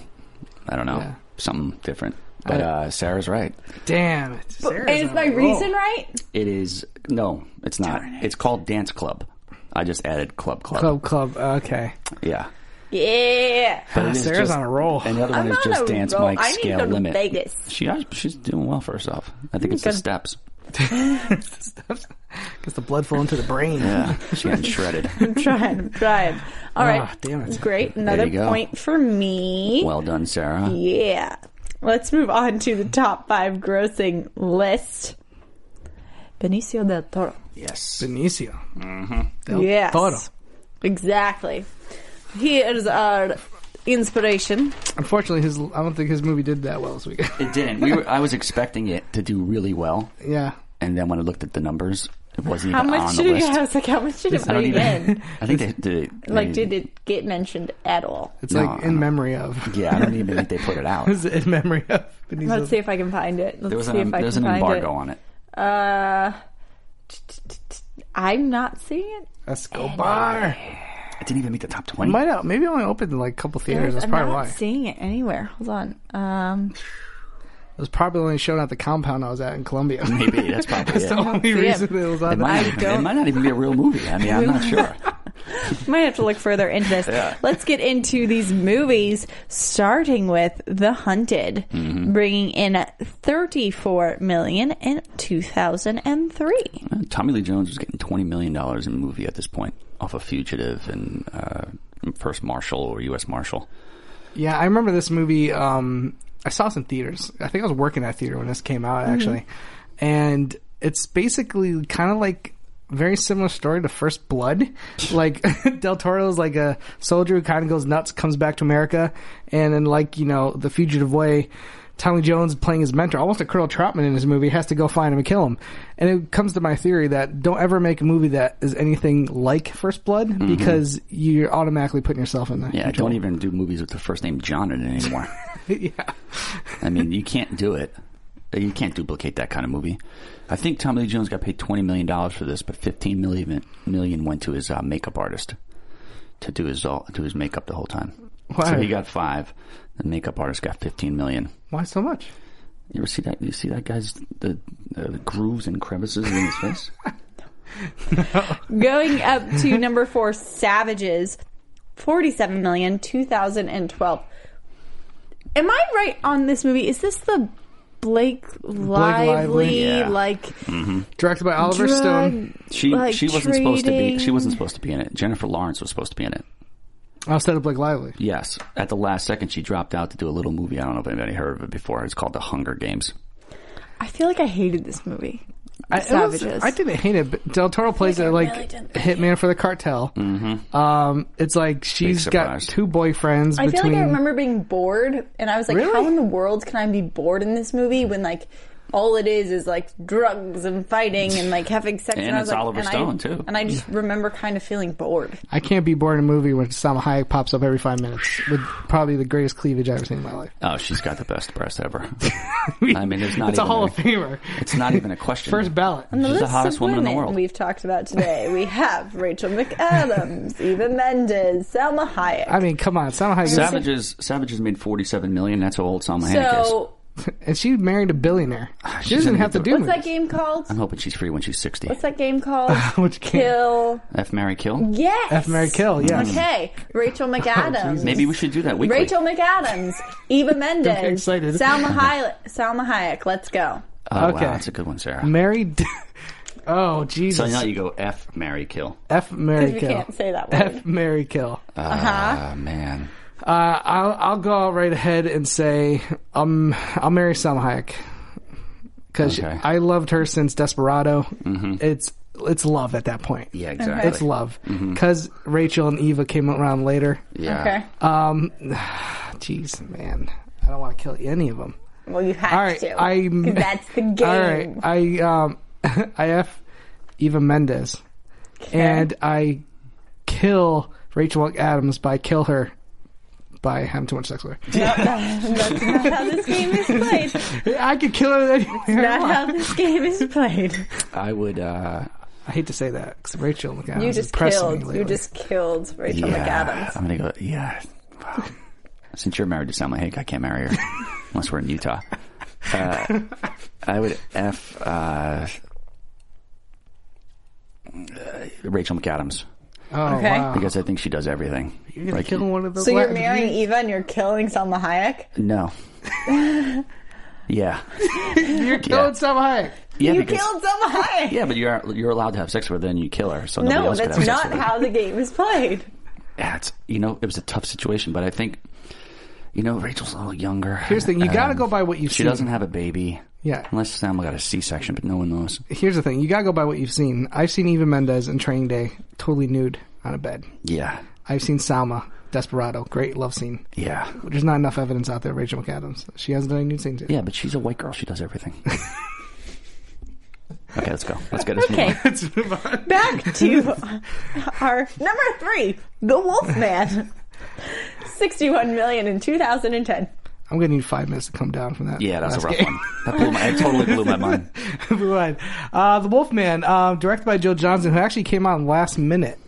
C: I don't know.
D: Yeah.
C: Something different. But
D: I-
C: uh, Sarah's right.
D: Damn it.
B: And is my reason right?
C: It is no, it's not. It's called Dance Club. I just added Club Club.
D: Club, club. Okay.
C: Yeah.
B: Yeah.
C: But it is
D: Sarah's on a roll.
C: And the other one
B: I'm
C: is
B: on
C: just
B: a
C: Dance
B: roll.
C: Mike
B: I need to
C: Scale
B: go to
C: Limit.
B: Vegas.
C: She she's doing well for herself. I think it's the
B: Good.
C: steps.
D: Because the blood flow into the brain.
C: Yeah. She got shredded.
B: I'm trying. I'm trying. All right.
D: damn it.
B: It's great. Another
C: you go.
B: point for me.
C: Well done, Sarah.
B: Yeah. Let's move on to the top five grossing list. Benicio del Toro.
C: Yes.
D: Benicio. Mm-hmm.
B: Yes.
D: Toro.
B: Exactly. He is our inspiration.
D: Unfortunately, his I don't think his movie did that well this weekend.
C: It didn't. We were, I was expecting it to do really well,
D: yeah.
C: and then when I looked at the numbers, it wasn't
B: How
C: even
B: much
C: on the
B: did it
C: list.
B: I was like, how much did it
C: I don't
B: bring in?
C: even. I think they did. it-
B: Like,
C: they-
B: did it get mentioned at all?
D: It's
C: No,
D: like
C: I don't-
D: in memory of.
C: Yeah, I don't even think they put it out.
D: It's in memory of Benicio.
B: Let's see if I can find it. Let's
C: There was
B: see
C: an,
B: if I
C: there was
B: can
C: an
B: find
C: embargo
B: it.
C: on it.
B: Uh, t- t- t- t- I'm not seeing it.
D: Escobar.
C: It didn't even make the top twenty.
D: Might have, maybe only opened in like a couple theaters. That's
B: I'm
D: probably
B: not
D: why.
B: seeing it anywhere. Hold on. Um,
D: It was probably only shown at the compound I was at in Columbia.
C: Maybe that's probably
D: That's
C: it.
D: the only
B: Yeah.
D: reason it was
C: It
D: on.
C: might, not
D: there.
C: even, it might not even be a real movie. I mean, I'm not sure.
B: might have to look further into this. Let's get into these movies, starting with The Hunted,
C: Mm-hmm.
B: bringing in 34 million in 2003.
C: Uh, Tommy Lee Jones was getting twenty million dollars in a movie at this point off a of fugitive and uh, first marshal or U.S. marshal.
D: Yeah, I remember this movie. Um, I saw this in theaters. I think I was working at theater when this came out, actually. And it's basically kind of like very similar story to First Blood. like Del Toro is like a soldier who kind of goes nuts, comes back to America, and then like you know the fugitive way. Tommy Jones playing his mentor, almost a Colonel Troutman in his movie, has to go find him and kill him. And it comes to my theory that don't ever make a movie that is anything like First Blood because you're automatically putting yourself in there.
C: Yeah, don't even do movies with the first name John in it anymore.
D: yeah.
C: I mean, you can't do it. You can't duplicate that kind of movie. I think Tommy Lee Jones got paid twenty million dollars for this, but fifteen million million went to his uh, makeup artist to do his all, do his makeup the whole time. So
D: Wow.
C: he got five. The makeup artist got fifteen million.
D: Why so much?
C: You ever see that? You see that guy's the, uh, the grooves and crevices in his face?
B: Going up to number four, Savages, 47 million, 2012. Am I right on this movie? Is this the Blake Lively,
D: Lively.
C: Yeah.
B: like
D: Directed by Oliver
B: drug-
D: Stone.
C: She
B: like,
C: she wasn't supposed to be. She
B: trading?
C: wasn't supposed to be in it. Jennifer Lawrence was supposed to be in it.
D: Oh, instead of Blake Lively.
C: Yes, at the last second, she dropped out to do a little movie. I don't know if anybody heard of it before. It's called The Hunger Games.
B: I feel like I hated this movie.
D: I, it was-
B: Savages.
D: I didn't hate it, but Del Toro plays
B: I
D: a like
B: really didn't.
D: hitman for the cartel. Mm-hmm. Um, it's like she's got
C: surprise.
D: two boyfriends
B: I feel
D: between.
B: like I remember being bored, and I was like,
D: Really?
B: "How in the world can I be bored in this movie when like all it is is like drugs and fighting and like having sex?"
C: And
B: I
C: it's
B: was like,
C: Oliver
B: and I-
C: Stone, too.
B: And I just remember kind of feeling bored.
D: I can't be bored in a movie when Salma Hayek pops up every five minutes with probably the greatest cleavage I've ever seen in my life.
C: Oh, she's got the best breast ever. I mean, there's not
D: it's a
C: even
D: Hall of Famer.
C: It's not even a question.
D: First ballot.
B: On the
C: She's the
B: list
C: hottest
B: of
C: woman
B: women
C: in the world.
B: we've talked about today, we have Rachel McAdams, Eva Mendes, Selma Hayek.
D: I mean, come on, Salma Hayek,
C: Savages Savages made 47 million. That's how old Salma Hayek is.
B: so
D: and she married a billionaire. She doesn't
C: gonna
D: have to
C: get Ah, the-
D: do
B: what's that
D: movies.
B: game called?
C: I'm hoping she's free when she's 60.
B: What's that game called?
D: Which game?
B: Kill.
C: F Mary Kill. Oh,
B: Yes.
D: F. Mary Kill. Yes.
B: Okay, Rachel McAdams.
C: Maybe we should do that weekly.
B: Rachel McAdams, Eva
D: Getting
B: Mendes,
D: excited.
B: Salma Hayek. Salma Hayek. Let's go.
C: Oh, wow,
D: Okay.
C: that's a good one, Sarah.
D: Married. oh Jesus.
C: so now you go F Mary Kill.
D: F. Mary
B: We
D: Kill.
B: can't say that word.
D: F. Mary Kill.
B: Uh-huh.
C: Ah man,
D: Uh, I'll I'll go out right ahead and say um I'll marry Salma Hayek because
C: Okay. Mm-hmm.
D: I loved her since Desperado. It's it's love at that point.
C: yeah, Mm-hmm. exactly.
D: It's love because Rachel and Eva came around later. Um,
C: Yeah.
B: Okay.
D: Jeez, man, I don't want to kill any of them.
B: Well, you have
D: All right,
B: to.
D: I
B: 'cause that's the game.
D: All right, I um I F Eva Mendes, and I kill Rachel Adams by kill her by having too much sex with her.
B: That's not how this game is played.
D: I could kill her anywhere. I
B: Not
D: want.
B: how this game is played.
C: I would. Uh,
D: I hate to say that because Rachel Adams
B: You
D: is
B: just
D: impressing me
B: killed. You
D: lately.
B: just killed Rachel
C: yeah,
B: McAdams.
C: I'm gonna go. Yeah. Wow. Since you're married to Salma Hayek, I can't marry her unless we're in Utah. Uh, I would f uh, uh, Rachel McAdams
D: Oh,
B: Okay.
D: wow.
C: because I think she does everything.
D: You're gonna
C: Like,
D: kill one of those.
B: So you're
D: la-
B: marrying Eva and you're killing Salma Hayek.
C: No. yeah.
D: You're killing
C: Yeah.
D: Salma Hayek.
C: Yeah.
B: you
C: because-
B: killed Salma Hayek.
C: Yeah, but you're you're allowed to have sex with her, and you kill her. So nobody
B: No,
C: else could
B: that's
C: have sex
B: not
C: with her.
B: how the game is played.
C: Yeah, it's, you know, it was a tough situation, but I think, you know, Rachel's a little younger. Um,
D: Here's the thing, you gotta go by what you've
C: She
D: seen.
C: doesn't have a baby.
D: Yeah.
C: Unless Sam got a C-section, but no one knows.
D: Here's the thing: you gotta go by what you've seen. I've seen Eva Mendes in Training Day, totally nude on a bed.
C: Yeah.
D: I've seen Salma, Desperado, great love scene.
C: Yeah.
D: There's not enough evidence out there. of Rachel McAdams, she hasn't done any nude scenes yet.
C: Yeah, but she's a white girl. She does everything. okay, let's go. Let's get this
B: Okay.
D: Let's move on.
B: Back to our number three, The Wolfman. 61 million in 2010.
D: I'm gonna need five minutes to come down from that.
C: Yeah, that's a
D: last
C: rough
D: game.
C: one. That blew my, it totally blew my mind.
D: Move on. Uh, the Wolfman, uh, directed by Joe Johnson, who actually came on last minute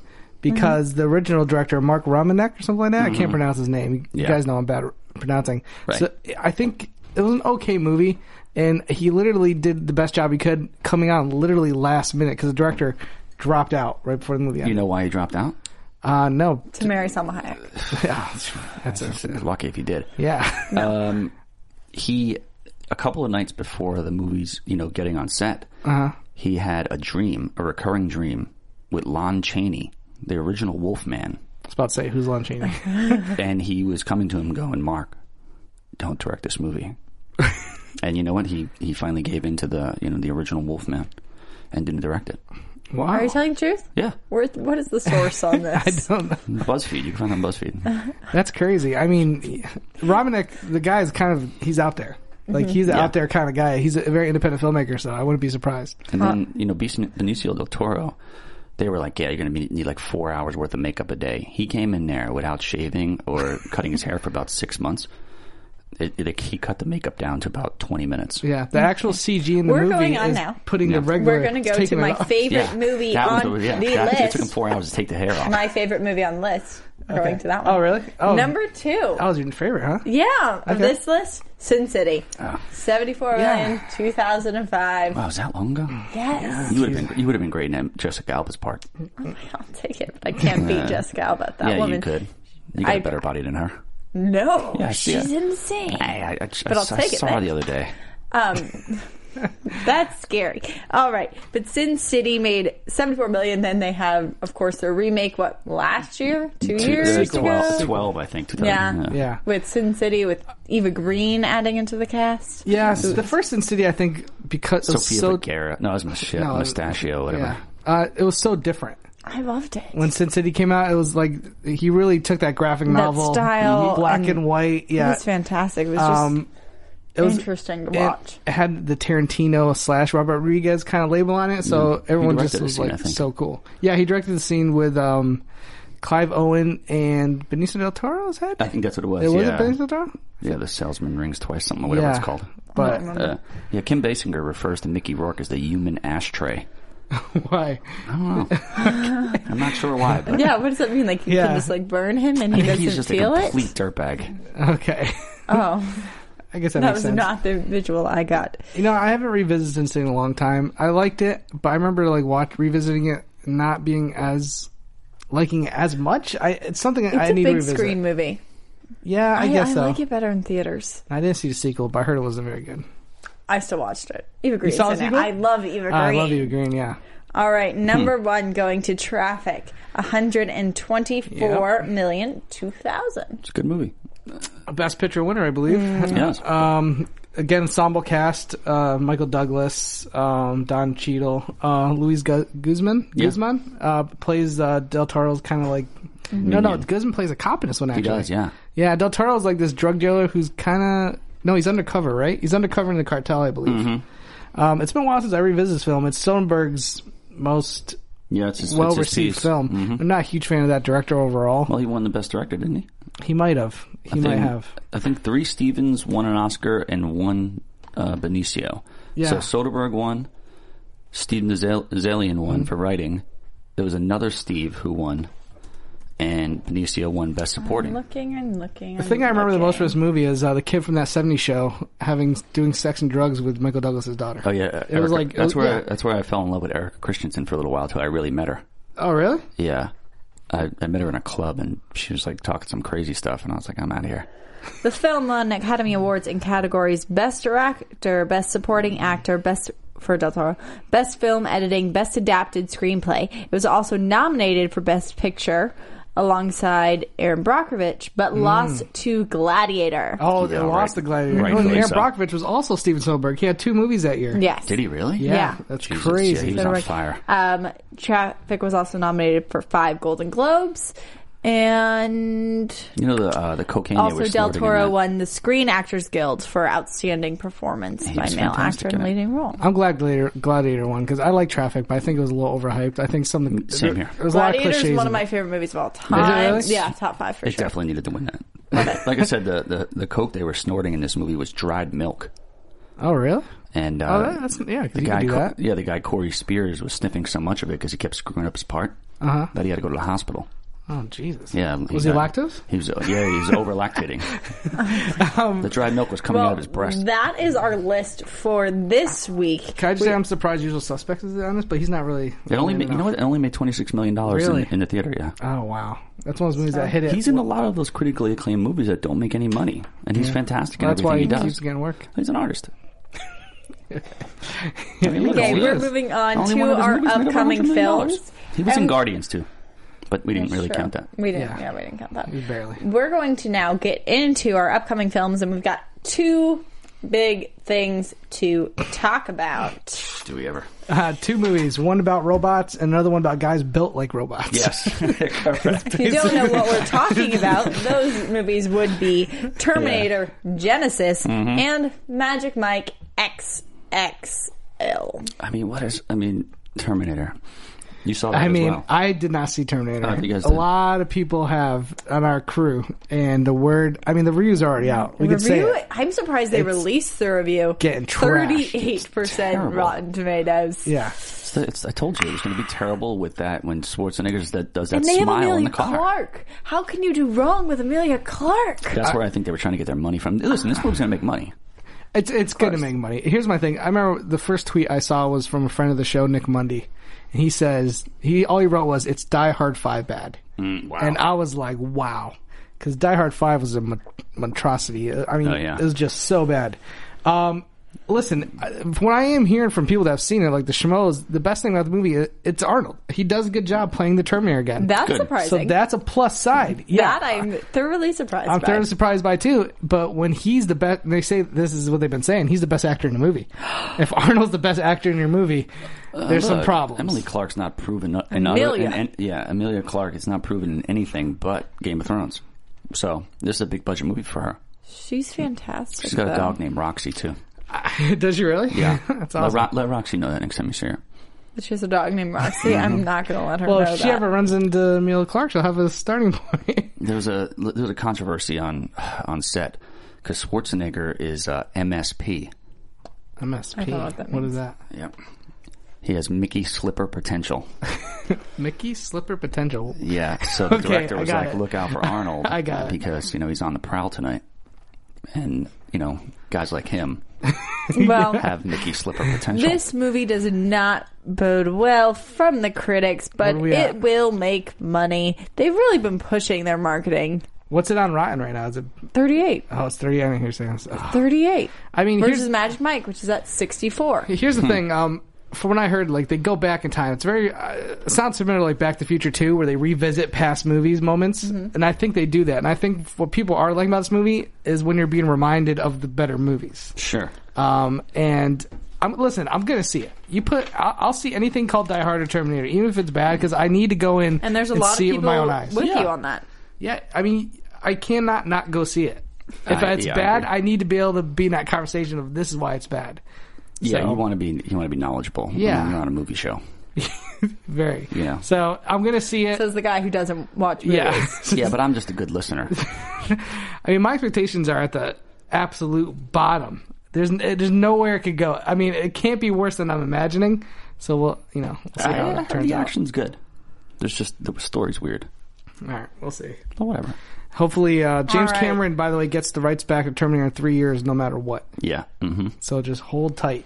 D: because the original director, Mark Romanek or something like that, I can't pronounce his name. You
C: Mm-hmm. Yeah.
D: guys know I'm bad at pronouncing.
C: Right.
D: So I think it was an okay movie, and he literally did the best job he could coming on literally last minute because the director dropped out right before the movie
C: You
D: ended.
C: know why he dropped out?
D: uh, no.
B: To marry Salma Hayek.
D: Yeah. That's it.
C: Lucky if he did.
D: Yeah.
C: Um, he a couple of nights before the movie's you know getting on set, he had a dream, a recurring dream with Lon Chaney, the original Wolfman,
D: I was about to say, who's Lon Chaney?
C: and he was coming to him going, "Mark, don't direct this movie." and you know what? He he finally gave in to the you know the original Wolfman and didn't direct it.
B: Are
D: Wow.
B: you telling the truth?
C: Yeah,
B: Where, what is the source on this?
C: BuzzFeed. You can find it on BuzzFeed.
D: That's crazy. I mean, Romanek, the guy is kind of he's out there.
B: Mm-hmm.
D: Like he's an
C: Yeah.
D: out there kind of guy. He's a very independent filmmaker, so I wouldn't be surprised.
C: And then, you know, Benicio Benicio del Toro, they were like, yeah, you're going to need like four hours worth of makeup a day. He came in there without shaving or cutting his hair for about six months. It, it, he cut the makeup down to about 20 minutes.
D: Yeah, the actual CG in
B: Mm-hmm.
D: the
B: We're
D: movie
B: going on
D: is
B: now.
D: putting the regular.
B: We're going to go to
D: taking
B: my
D: it off.
B: favorite
C: Yeah.
B: movie
C: That was
B: on
C: the- yeah,
B: the
C: that- It
B: list.
C: took him four hours to take the hair off.
B: My favorite movie on list. We're Going to that one.
D: Oh, really? Oh.
B: Number two.
D: That was your favorite, huh?
B: yeah, of
D: Okay.
B: this list, Sin City. seventy-four million,
D: Yeah.
B: 2005.
C: Uh, wow, was Oh, that long ago?
B: Yes.
C: You would have been, you would have been great in Jessica Alba's part.
B: I'll take it. I can't beat Jessica Alba. That
C: yeah,
B: woman.
C: you could. You got a
B: I-
C: better body than her.
B: No,
C: Yeah, I see
B: she's
C: it.
B: insane.
C: I, I, I,
B: But I'll
C: saw-
B: take it,
C: saw her
B: thanks.
C: the other day.
B: Um, that's scary. All right, but Sin City made seventy-four million. Then they have, of course, their remake. What last year? Two,
C: Two-
B: years
C: uh,
B: ago.
C: 12, 12, I think. 2000,
B: Yeah.
D: Yeah.
B: With Sin City, with Eva Green adding into the cast.
D: Yeah, so the first in city, I think, because it was
C: Sophia
D: so
C: Vergara. No, it was Mustachio,
D: No, it-
C: Mustachio whatever.
D: yeah, uh, it was so different.
B: I loved it.
D: When Sin City came out, it was like he really took that graphic novel
B: style
D: black
B: and-
D: and, white.
B: It
D: Yeah,
B: was fantastic. It was just
D: um, it was
B: interesting to
D: it
B: watch.
D: had the Tarantino slash Robert Rodriguez kind of label on it, so everyone
C: Mm. directed
D: just
C: the
D: was
C: scene, I
D: like
C: think.
D: so cool. Yeah, he directed the scene with um, Clive Owen and Benicio del Toro. Is that?
C: I think that's what it was.
D: it was
C: yeah.
D: it Benicio del Toro.
C: Yeah, the salesman rings twice, something, whatever
D: yeah,
C: it's called.
D: But
C: Uh, yeah, Kim Basinger refers to Mickey Rourke as the human ashtray.
D: why?
C: I don't know. I'm not sure why, but
B: yeah, what does that mean? Like you
D: Yeah.
B: can just like burn him and he doesn't
C: he's just
B: feel
C: a
B: it.
C: complete dirtbag.
D: Okay,
B: Oh,
D: I guess that,
B: that
D: makes
B: was
D: sense.
B: not the visual I got.
D: you know, I haven't revisited Sin City in a long time. I liked it, but I remember like watch revisiting it, not being as liking it as much. I it's something
B: It's
D: I
B: a
D: need to
B: big
D: revisit.
B: screen movie.
D: Yeah, I, guess so.
B: like it better in theaters.
D: I didn't see the sequel, but I heard it wasn't very good.
B: I still watched it. Eva Green's
D: saw
B: in it.
D: Sequel?
B: I love Eva Green.
D: I love Hmm. you, Green. Yeah.
B: All right, number one going to Traffic, 124 million 2000.
C: It's a good movie.
D: Best Picture winner, I believe.
C: Yes.
D: Um, again, ensemble cast: uh, Michael Douglas, um, Don Cheadle, uh, Luis Gu- Guzman.
C: Yeah.
D: Guzman uh, plays uh, Del Toro's kind of like. No, no, Guzman plays a cop in this one.
C: Mm-hmm. he
D: Actually,
C: does, yeah.
D: Yeah, Del Toro's like this drug dealer who's kind of no, he's undercover, right? He's undercover in the cartel, I believe.
C: Mm-hmm.
D: Um, it's been a while since I revisited this film. It's Soderbergh's most
C: Yeah, it's his,
D: well
C: it's his
D: received
C: piece. Mm.
D: film. I'm not a huge fan of that director overall.
C: Well, he won the best director, didn't he?
D: He might have. He might have.
C: I think three Stevens won an Oscar and one uh, Benicio.
D: Yeah.
C: So Soderbergh won. Steven Zal- Zalian
D: Mm-hmm.
C: won for writing. There was another Steve who won, and Benicio won best supporting.
B: looking and looking.
D: The thing I remember the most from this movie is uh, the kid from that '70s show having doing sex and drugs with Michael Douglas's daughter.
C: Oh yeah,
D: it was
C: Erica-
D: like
C: that's where I,
D: yeah.
C: that's where I fell in love with Erica Christensen for a little while till I really met her.
D: Oh really?
C: Yeah. I, I met her in a club and she was like talking some crazy stuff and I was like, I'm out of here.
B: The film won Academy Awards in categories Best Director, Best Supporting Actor, Best for Del Toro, Best Film Editing, Best Adapted Screenplay. It was also nominated for Best Picture alongside Aaron Brockovich, but
C: Mm.
B: lost to Gladiator.
D: Oh,
C: Yeah,
D: they lost
C: right.
D: the Gladiator.
C: Right,
D: Oh, and
C: really
D: Aaron
C: so.
D: Brockovich was also Steven Soderbergh. He had two movies that year.
B: Yes.
C: Did he really?
D: Yeah,
B: Yeah.
D: that's
C: Jesus, Yeah,
D: crazy.
C: he was on
B: Soderbergh.
C: fire.
B: Um, Traffic was also nominated for five Golden Globes. And
C: You know the uh, the cocaine they
B: also,
C: were
B: Del
C: snorting in
B: Toro
C: that-
B: won the Screen Actors Guild for Outstanding Performance by
C: was
B: Male
C: fantastic
B: Actor in
C: in it.
B: Leading Role.
D: I'm glad Gladiator, Gladiator won because I like Traffic, but I think it was a little overhyped. I think some of the,
C: Mm, Same here.
D: There was a lot of
B: Gladiator is
D: cliches.
B: one of
D: in
B: my
D: it.
B: favorite movies of all time.
D: really?
B: Yeah, top five for
C: It
B: sure.
C: definitely needed to win that. like I said, the, the the coke they were snorting in this movie was dried milk.
D: Oh really?
C: And uh,
D: Oh, that- that's yeah. 'cause
C: the
D: you
C: guy,
D: could do
C: Co-
D: that.
C: yeah, the guy Corey Spears was sniffing so much of it because he kept screwing up his part that he had to go to the hospital.
D: Oh Jesus.
C: Yeah,
D: Uh-huh. Was he
C: got-
D: lactose?
C: He was. uh, Yeah, he was over lactating. Um, the dried milk was coming out of his breast.
B: That is our list for this week.
D: Can I just say I'm surprised Usual Suspects is on this, but he's not really.
C: it only,
D: really
C: made, you know
D: enough.
C: what? It only made twenty six million dollars
D: Really?
C: in, in the theater. Yeah.
D: Oh wow, that's one of those movies that hit it.
C: He's in a lot of those critically acclaimed movies that don't make any money, and he's fantastic in
D: that's
C: everything
D: why
C: he,
D: he,
C: does.
D: keeps getting work.
C: He's an artist. I mean, look,
B: Okay,
C: he
B: we're
C: is.
B: moving on
C: Only
B: to
C: one of his
B: our
C: movies made over
B: upcoming
C: $100 million.
B: films.
C: He was in
B: And-
C: Guardians too, but we didn't really
B: Sure.
C: count that.
B: We didn't. Yeah.
D: Yeah.
B: we didn't count that.
D: Barely.
B: We're going to now get into our upcoming films, and we've got two big things to talk about.
C: Do we ever?
D: Uh, two movies, one about robots and another one about guys built like robots.
C: Yes, correct.
B: If you don't know what we're talking about, those movies would be Terminator Genesis
C: Mm-hmm.
B: and Magic Mike XXL.
C: I mean, what is? I mean, Terminator. You saw that
D: I
C: as
D: mean,
C: well.
D: I did not see Terminator.
C: Oh, you guys
D: a
C: did.
D: lot of people have on our crew, and the word. I mean, the reviews are already out. We could say
B: Review,
D: it.
B: I'm surprised they
D: It's
B: released the review.
D: getting trashed.
B: Thirty-eight percent
C: terrible.
B: Rotten Tomatoes.
D: Yeah,
C: It's the- it's- I told you it was going to be terrible with that when Schwarzenegger that does that
B: And they have
C: smile in
B: Amelia
C: the car.
B: Clark. How can you do wrong with Amelia Clark?
C: That's where I think they were trying to get their money from. Listen, this movie's going to make money.
D: it's it's going to make money. Here's my thing. I remember the first tweet I saw was from a friend of the show, Nick Mundy, and he says he all he wrote was "It's Die Hard Five bad,"
C: Mm, wow.
D: and I was like, "Wow," because Die Hard Five was a mon- monstrosity. Uh, I mean,
C: Oh, yeah.
D: it was just so bad. Um, listen, I- when I am hearing from people that have seen it, like the Shmoes, the best thing about the movie i- it's Arnold. He does a good job playing the Terminator again.
B: That's
C: Good.
D: so
B: surprising.
D: that's a plus side. Yeah,
B: that I'm thoroughly surprised.
D: I'm
B: by.
D: thoroughly surprised by it, too. But when he's the best, they say this is what they've been saying. He's the best actor in the movie. If Arnold's the best actor in your movie,
B: Uh,
D: there's some
C: Look,
D: problems.
C: Emily Clark's not proven in- in other,
B: Amelia.
C: in, in- yeah, Amelia Clark is not proven in anything but Game of Thrones. So this is a big budget movie for her.
B: She's fantastic.
C: She's got
B: though.
C: a dog named Roxy too.
D: Does she really? Yeah, that's
C: Let,
D: awesome.
C: Ro- let Roxy know that next time you see her.
B: She has a dog named Roxy. I'm not going to let her
D: Mm-hmm. well,
B: know
D: if she
B: that.
D: ever runs into Amelia Clark, she'll have a starting point.
C: There was a there was a controversy on on set because Schwarzenegger is uh, MSP.
D: MSP.
B: know what that
D: what
B: means.
D: is that?
C: Yep. He has Mickey Slipper potential.
D: Mickey Slipper potential.
C: Yeah. So the
D: Okay,
C: director
D: I
C: was
D: got
C: like,
D: it.
C: "Look out for Arnold."
D: I got it.
C: because you know he's on the prowl tonight, and you know guys like him
B: well,
C: have Mickey Slipper potential.
B: this movie does not bode well from the critics, but
D: Where are
B: it
D: we at?
B: will make money. They've really been pushing their marketing.
D: What's it on Rotten right now? Is it?
B: 38.
D: Oh, it's three. I mean, here's things.
B: 38.
D: I mean, here's
B: Versus Magic Mike, which is at 64.
D: here's the thing. Um, from what I heard, like they go back in time. It's very uh, it sounds familiar, like Back to the Future Two, where they revisit past movies moments,
B: Mm-hmm.
D: and I think they do that. And I think what people are liking about this movie is when you're being reminded of the better movies.
C: sure.
D: Um, and I'm listen. I'm gonna see it. You put. I'll, I'll see anything called Die Hard or Terminator, even if it's bad, because I need to go in
B: And there's a lot of
D: see
B: people
D: it with my own eyes.
B: with
C: Yeah.
B: you on that.
D: Yeah, I mean, I cannot not go see it. If
C: I-
D: it's
C: yeah, I
D: bad,
C: agree.
D: I, need to be able to be in that conversation of this is why it's bad.
C: Yeah,
D: So-
C: you want to be you want to be knowledgeable. when
D: Yeah.
C: you're on a movie show.
D: Very.
C: Yeah.
D: So I'm gonna see it.
B: Says the guy who doesn't watch movies.
D: yeah.
C: Yeah, but I'm just a good listener.
D: I mean, my expectations are at the absolute bottom. There's there's nowhere it could go. I mean, it can't be worse than I'm imagining. So we'll you know we'll see
C: I-
D: how
C: I
D: it
C: heard
D: turns
C: the
D: out.
C: Uh, action's good. There's just the story's weird,
D: All right, we'll see.
C: but whatever.
D: Hopefully, uh, James
B: right.
D: Cameron, by the way, gets the rights back to Terminator in three years, no matter what.
C: Yeah. Mm-hmm.
D: So just hold tight.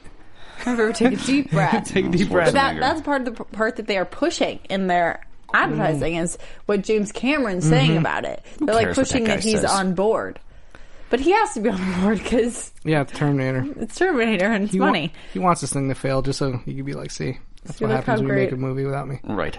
B: Remember, take a deep breath.
D: Take a deep breath.
B: that
C: Schwarzenegger.
B: that's part of the p- part that they are pushing in their advertising is what James Cameron's saying about it. They're like
C: Mm-hmm. cares what that
B: pushing
C: guy
B: that, he's
C: says?
B: on board, but he has to be on board because
D: yeah, it's Terminator.
B: it's Terminator and it's
D: He wa-
B: money.
D: he wants this thing to fail just so he could be like, see, that's
B: See,
D: what
B: look
D: happens
B: how
D: when you make a
B: great-
D: movie without me.
C: Right.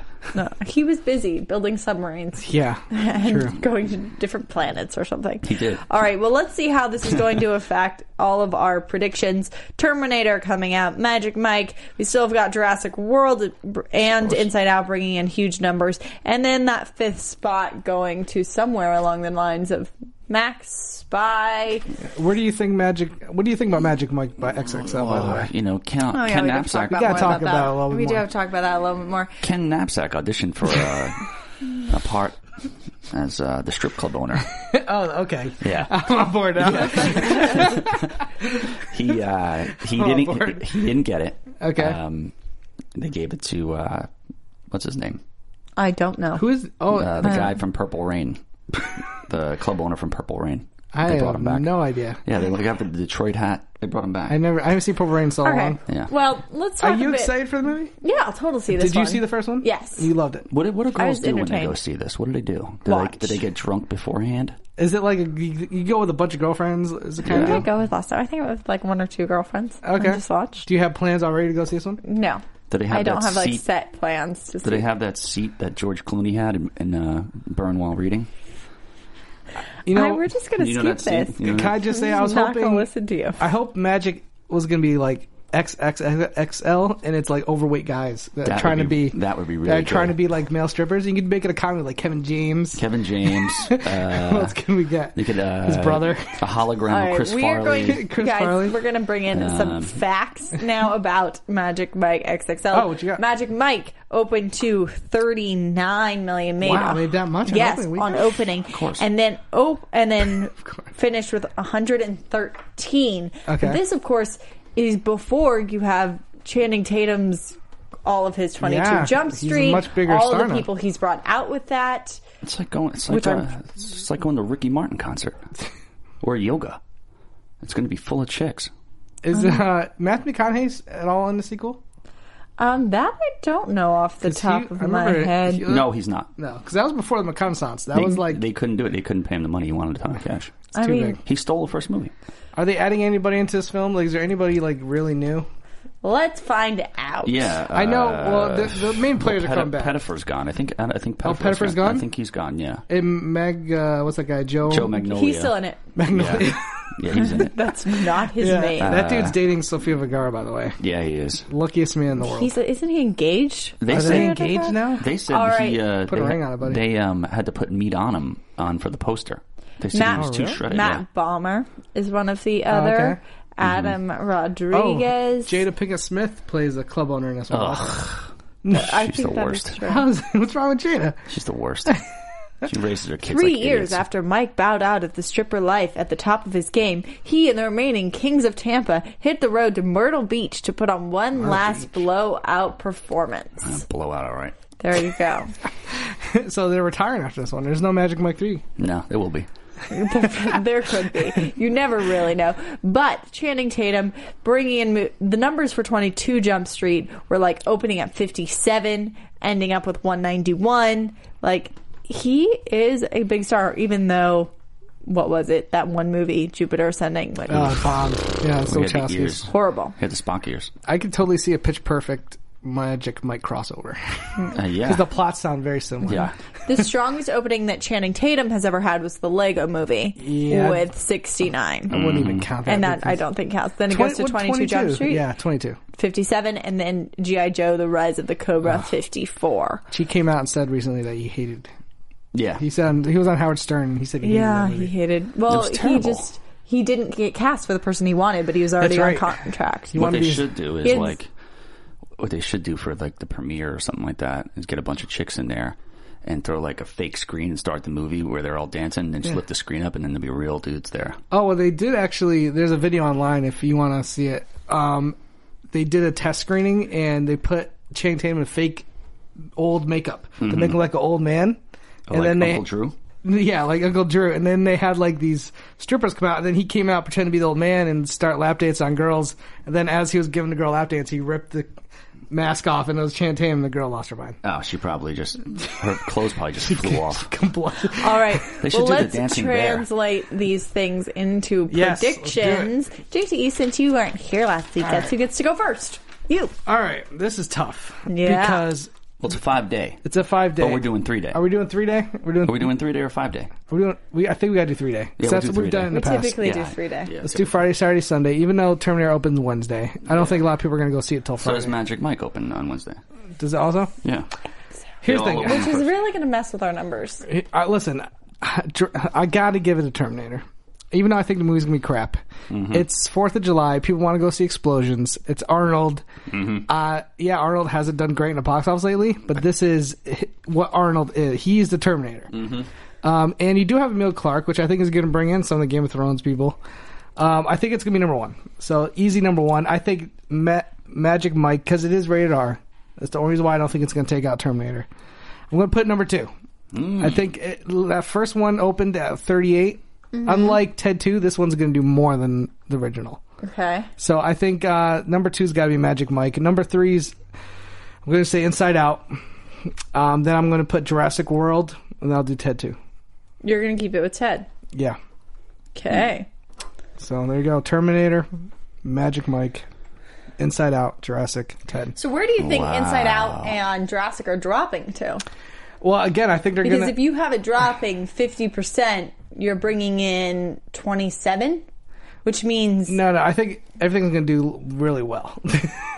B: He was busy building submarines
D: Yeah,
B: and
D: true.
B: going to different planets or something. He
C: did.
B: All right. Well, let's see how this is going to affect all of our predictions. Terminator coming out, Magic Mike. We still have got Jurassic World and Inside Out bringing in huge numbers, and then that fifth spot going to somewhere along the lines of Max Spy.
D: Where do you think Magic? What do you think about Magic Mike by XXL? By the
C: Uh,
D: way,
C: you know, Ken,
B: Oh, yeah,
C: Ken
B: we gotta
C: Knapsack.
D: We gotta
B: more
D: talk about it a little
B: that.
D: bit
B: We do
D: more.
B: have to talk about that a little bit more.
C: Ken Knapsack auditioned for uh, a part as uh, the strip club owner.
D: oh, okay.
C: Yeah.
D: I'm on board now.
C: He uh, he
D: Oh,
C: didn't
D: Lord.
C: he didn't get it.
D: Okay.
C: Um, they gave it to uh, what's his name?
B: I don't know.
D: Who is? Oh,
C: Uh, the guy from Purple Rain, the club owner from Purple Rain.
D: I
C: they brought
D: have
C: him back.
D: no idea.
C: Yeah, they got the Detroit hat. They brought him back.
D: I never. I haven't seen Purple Rain in so
B: Okay.
D: long.
C: Yeah.
B: Well, let's talk.
D: Are
B: a
D: you
B: bit-
D: excited for the movie?
B: Yeah, I'll totally see this.
D: Did you
B: one.
D: see the first one?
B: Yes.
D: You loved it.
C: What do, what do girls
B: was
C: do when they go
B: entertained.
C: see this? What do they do? Do
B: Watch.
C: they do they get drunk beforehand?
D: Is it like a, you, you go with a bunch of girlfriends? Is it kind
B: I
C: Yeah.
D: of
B: go with last time. I think it was like one or two girlfriends.
D: Okay.
B: I just watched.
D: Do you have plans already to go see this one?
B: No.
C: Do they have
B: I don't
C: that
B: have like
C: seat-
B: set plans to
C: Do
B: see.
C: they have that seat that George Clooney had in, in uh, Burn While Reading?
D: You
B: I-
D: know,
B: we're just gonna
C: You know
B: skip
C: that scene?
B: this.
C: You know
D: can I
C: that-
D: just
B: I'm
D: say I was
B: not
D: hoping Oh.
B: gonna listen to you.
D: I hope Magic was gonna be like XXXL and it's like overweight guys that,
C: That
D: are
C: would
D: trying
C: be-
D: to be
C: that would be
D: that
C: really
D: are trying
C: good.
D: to be like male strippers. You could make it a comedy like Kevin James.
C: Kevin James.
D: what
C: Uh,
D: else can we get?
C: you could uh,
D: His brother.
C: A hologram of Chris
B: we are
C: Farley.
B: going to,
D: Chris
B: guys.
D: Farley.
B: We're going to bring in some
C: Um,
B: facts now about Magic Mike XXL.
D: Oh, what you got?
B: Magic Mike opened to 39 million made.
D: Wow,
B: a-
D: made that much on
B: Yes,
D: opening
B: on
D: weekend?
B: opening. Of
C: course.
B: And then oh, and then finished with 113.
D: Okay.
B: This of course is before you have Channing Tatum's all of his 22
D: Yeah,
B: Jump
D: he's a
B: Street,
D: much bigger
B: all
D: star
B: of the
D: now.
B: people he's brought out with that.
C: It's like going. It's like
B: Which
C: uh,
B: I'm-
C: it's like going to a Ricky Martin concert or yoga. It's going to be full of chicks.
D: Is
B: Uh-huh.
D: uh, Matthew McConaughey at all in the sequel?
B: Um, that I don't know off the
D: 'Cause he-
B: top
D: I
B: of my
D: remember
B: head.
D: he-
C: No, he's not.
D: no, because that was before the reconnaissance. That
C: they,
D: was like
C: they couldn't do it. They couldn't pay him the money he wanted a ton of cash.
B: I
D: too
B: mean,
D: big.
C: He stole the first movie.
D: Are they adding anybody into this film? Like, is there anybody like really new?
B: let's find out.
C: Yeah,
D: I know.
C: uh,
D: Well, the, the main players are
C: Pettif-
D: coming back.
C: Pettifer's gone. I think. I I think. Oh, Pettifer's
D: Pettifer's gone?
C: I think he's gone. Yeah.
D: and Meg, uh, what's that guy? Joe.
C: Joe Magnolia.
B: He's still in it.
D: Magnolia.
C: Yeah. yeah, he's in it.
B: That's not his
D: Yeah,
B: name.
D: that dude's dating Sofia Vergara, by the way.
C: Yeah, he is.
D: Luckiest man in the world.
B: He's isn't he engaged?
C: They
D: are
C: said
D: they engaged now?
C: They said
B: All
C: he
B: right.
C: uh,
D: Put a
C: they,
D: ring on it, buddy.
C: They um, had to put meat on him on for the poster. They said
B: Matt-
C: he was
B: Oh,
C: too
D: really?
C: shredded.
B: Matt
C: yeah.
B: Balmer is one of the other.
D: okay.
B: Adam
D: oh,
B: Rodriguez.
D: Jada Pinkett Smith plays a club owner in this one. also.
B: I
C: She's
B: think
C: the
B: that
C: worst.
B: is true.
D: How's, what's wrong with Jada?
C: She's the worst. she raises her kids
B: Three
C: like
B: years
C: idiots.
B: after Mike bowed out of the stripper life at the top of his game, he and the remaining Kings of Tampa hit the road to Myrtle Beach to put on one last blowout performance.
C: Blowout, all right.
B: There you go.
D: So they're retiring after this one. There's no Magic Mike three.
C: No, it will be.
B: there could be. You never really know. But Channing Tatum bringing in mo- the numbers for 22 Jump Street were like opening at 57, ending up with 191. Like he is a big star, even though what was it that one movie Jupiter Ascending? Like
D: Oh, bomb. Yeah, so
C: We had the ears.
B: horrible.
C: Hit the Spock ears.
D: I could totally see a Pitch Perfect Magic Mike crossover.
C: Uh, yeah.
D: the plots sound very similar.
C: yeah.
B: the strongest opening that Channing Tatum has ever had was the Lego Movie
D: Yeah.
B: with 69.
D: I wouldn't even count that.
B: And that I
D: because-
B: don't think counts. Then it
D: Twen-
B: goes to
D: what,
B: 22, Jump Street.
D: Yeah, 22.
B: 57 and then gi joe the rise of the cobra 54
D: She came out and said recently that he hated.
C: Yeah.
D: He said on, he was on Howard Stern. and He said he hated that
B: yeah
D: movie.
B: he hated well
C: was
B: he
C: terrible.
B: just he didn't get cast for the person he wanted, but he was already
D: right.
B: on contract.
D: You
C: what
D: wanna
C: they
D: be-
C: should do is
B: It's-
C: like what they should do for like the premiere or something like that is get a bunch of chicks in there and throw like a fake screen and start the movie where they're all dancing and then just lift the screen up and then there'll be real dudes there.
D: Oh, well, they did actually. There's a video online if you want to see it. Um, they did a test screening and they put Channing Tatum in fake old makeup to make him like an old man.
C: Mm-hmm. Oh,
D: and
C: like
D: then they,
C: Uncle Drew.
D: yeah, like Uncle Drew. And then they had like these strippers come out, and then he came out pretending to be the old man and start lap dance on girls. And then as he was giving the girl lap dance, he ripped the mask off, and it was Channing Tatum. And the girl lost her mind.
C: Oh, she probably just her clothes probably just flew off.
B: All right.
C: They should
B: well,
C: do the
B: let's
C: dancing bear.
B: translate these things into
D: Yes, let's do it.
B: predictions. JTE, since you weren't here last week, guess who gets to go first? You.
D: All right, this is tough.
B: Yeah.
D: Because
C: Well, it's a five day.
D: it's a five day.
C: But we're doing three day.
D: Are we doing three day? We're doing.
C: Are we doing three day or five day?
D: We're doing. We I think we gotta do three day.
C: Yeah,
D: that's
C: we'll
D: what
C: do
D: we've
C: three
D: done
C: day.
D: in
B: We
D: the past.
B: typically do
C: Yeah.
B: three day.
C: Yeah,
D: Let's
C: so-
D: do Friday, Saturday, Sunday. Even though Terminator opens Wednesday, I don't think a lot of people are going to go see it till
C: So is
D: Friday.
C: Magic Mike open on Wednesday?
D: Does it also?
C: Yeah.
D: Here's the
C: all
D: thing.
C: open.
B: Which is really going to mess with our numbers.
D: He- I, listen, I got to give it a Terminator. Even though I think the movie's gonna be crap, it's Fourth of July. People want to go see explosions. It's Arnold. Uh, yeah, Arnold hasn't done great in the box office lately, but this is what Arnold is. He's the Terminator. Um, and you do have Emil Clark, which I think is going to bring in some of the Game of Thrones people. Um, I think it's going to be number one. So easy number one. I think Ma- Magic Mike because it is rated R. That's the only reason why I don't think it's going to take out Terminator. I'm going to put number two. I think it, that first one opened at 38.
B: Mm-hmm.
D: Unlike Ted 2, this one's going to do more than the original.
B: Okay.
D: So I think uh, number two's got to be Magic Mike. Number three's, I'm going to say Inside Out. Um, then I'm going to put Jurassic World, and then I'll do Ted 2.
B: You're going to keep it with Ted.
D: Yeah.
B: Okay.
D: So there you go. Terminator, Magic Mike, Inside Out, Jurassic, Ted.
B: So where do you think Inside Out and Jurassic are dropping to?
D: Well, again, I think they're
B: Because
D: going
B: if you have it dropping 50%, you're bringing in 27, which means
D: No, no. I think everything's going to do really well.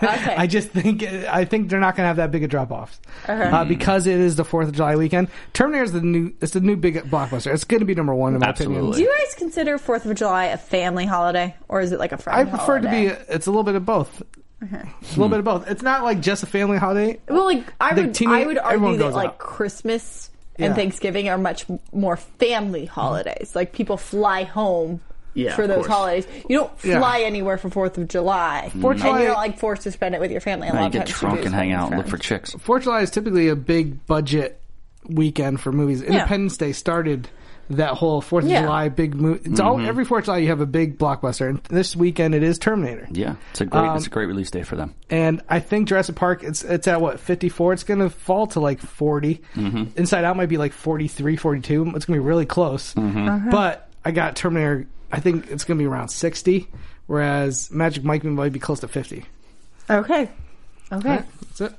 D: I just think I think they're not going to have that big a drop off uh, because it is the Fourth of July weekend. Terminator is the new it's the new big blockbuster. It's going to be number one in my
B: do
C: Absolutely.
D: opinion.
B: you guys consider 4th of July a family holiday or is it like a friend
D: I prefer it to be.
B: holiday?
D: It's a little bit of both. It's a little bit of both. It's not like just a family holiday.
B: Well, like I
D: The
B: would,
D: teenage-
B: I would
D: everyone
B: argue that
D: goes
B: like
D: out.
B: Christmas
D: Yeah. Mm-hmm.
B: and Thanksgiving are much more family holidays. Like people fly home
C: Yeah,
B: for
C: of
B: those
C: course.
B: holidays. You don't
D: Yeah.
B: fly anywhere for Fourth of July,
D: Fourth of
B: and you're
D: July-
B: not like forced to spend it with your family. A
C: Now
B: lot
C: you get
B: of times
C: drunk
B: you do
C: and
B: spend
C: hang
B: it with
C: out and look for
B: friends.
C: chicks.
D: Fourth of July is typically a big budget weekend for movies. Independence Day started that whole Fourth of
B: Yeah.
D: July big movie. It's all every Fourth of July you have a big blockbuster, and this weekend it is Terminator.
C: Yeah, it's a great
B: Um,
C: it's a great release day for them.
D: and I think Jurassic Park it's it's at what 54 it's going to fall to like 40
C: Mm-hmm.
D: Inside Out might be like 43 42 it's going to be really close
C: Mm-hmm.
D: but I got Terminator I think it's going to be around 60 whereas Magic Mike might be close to 50
B: Okay, okay.
D: that's it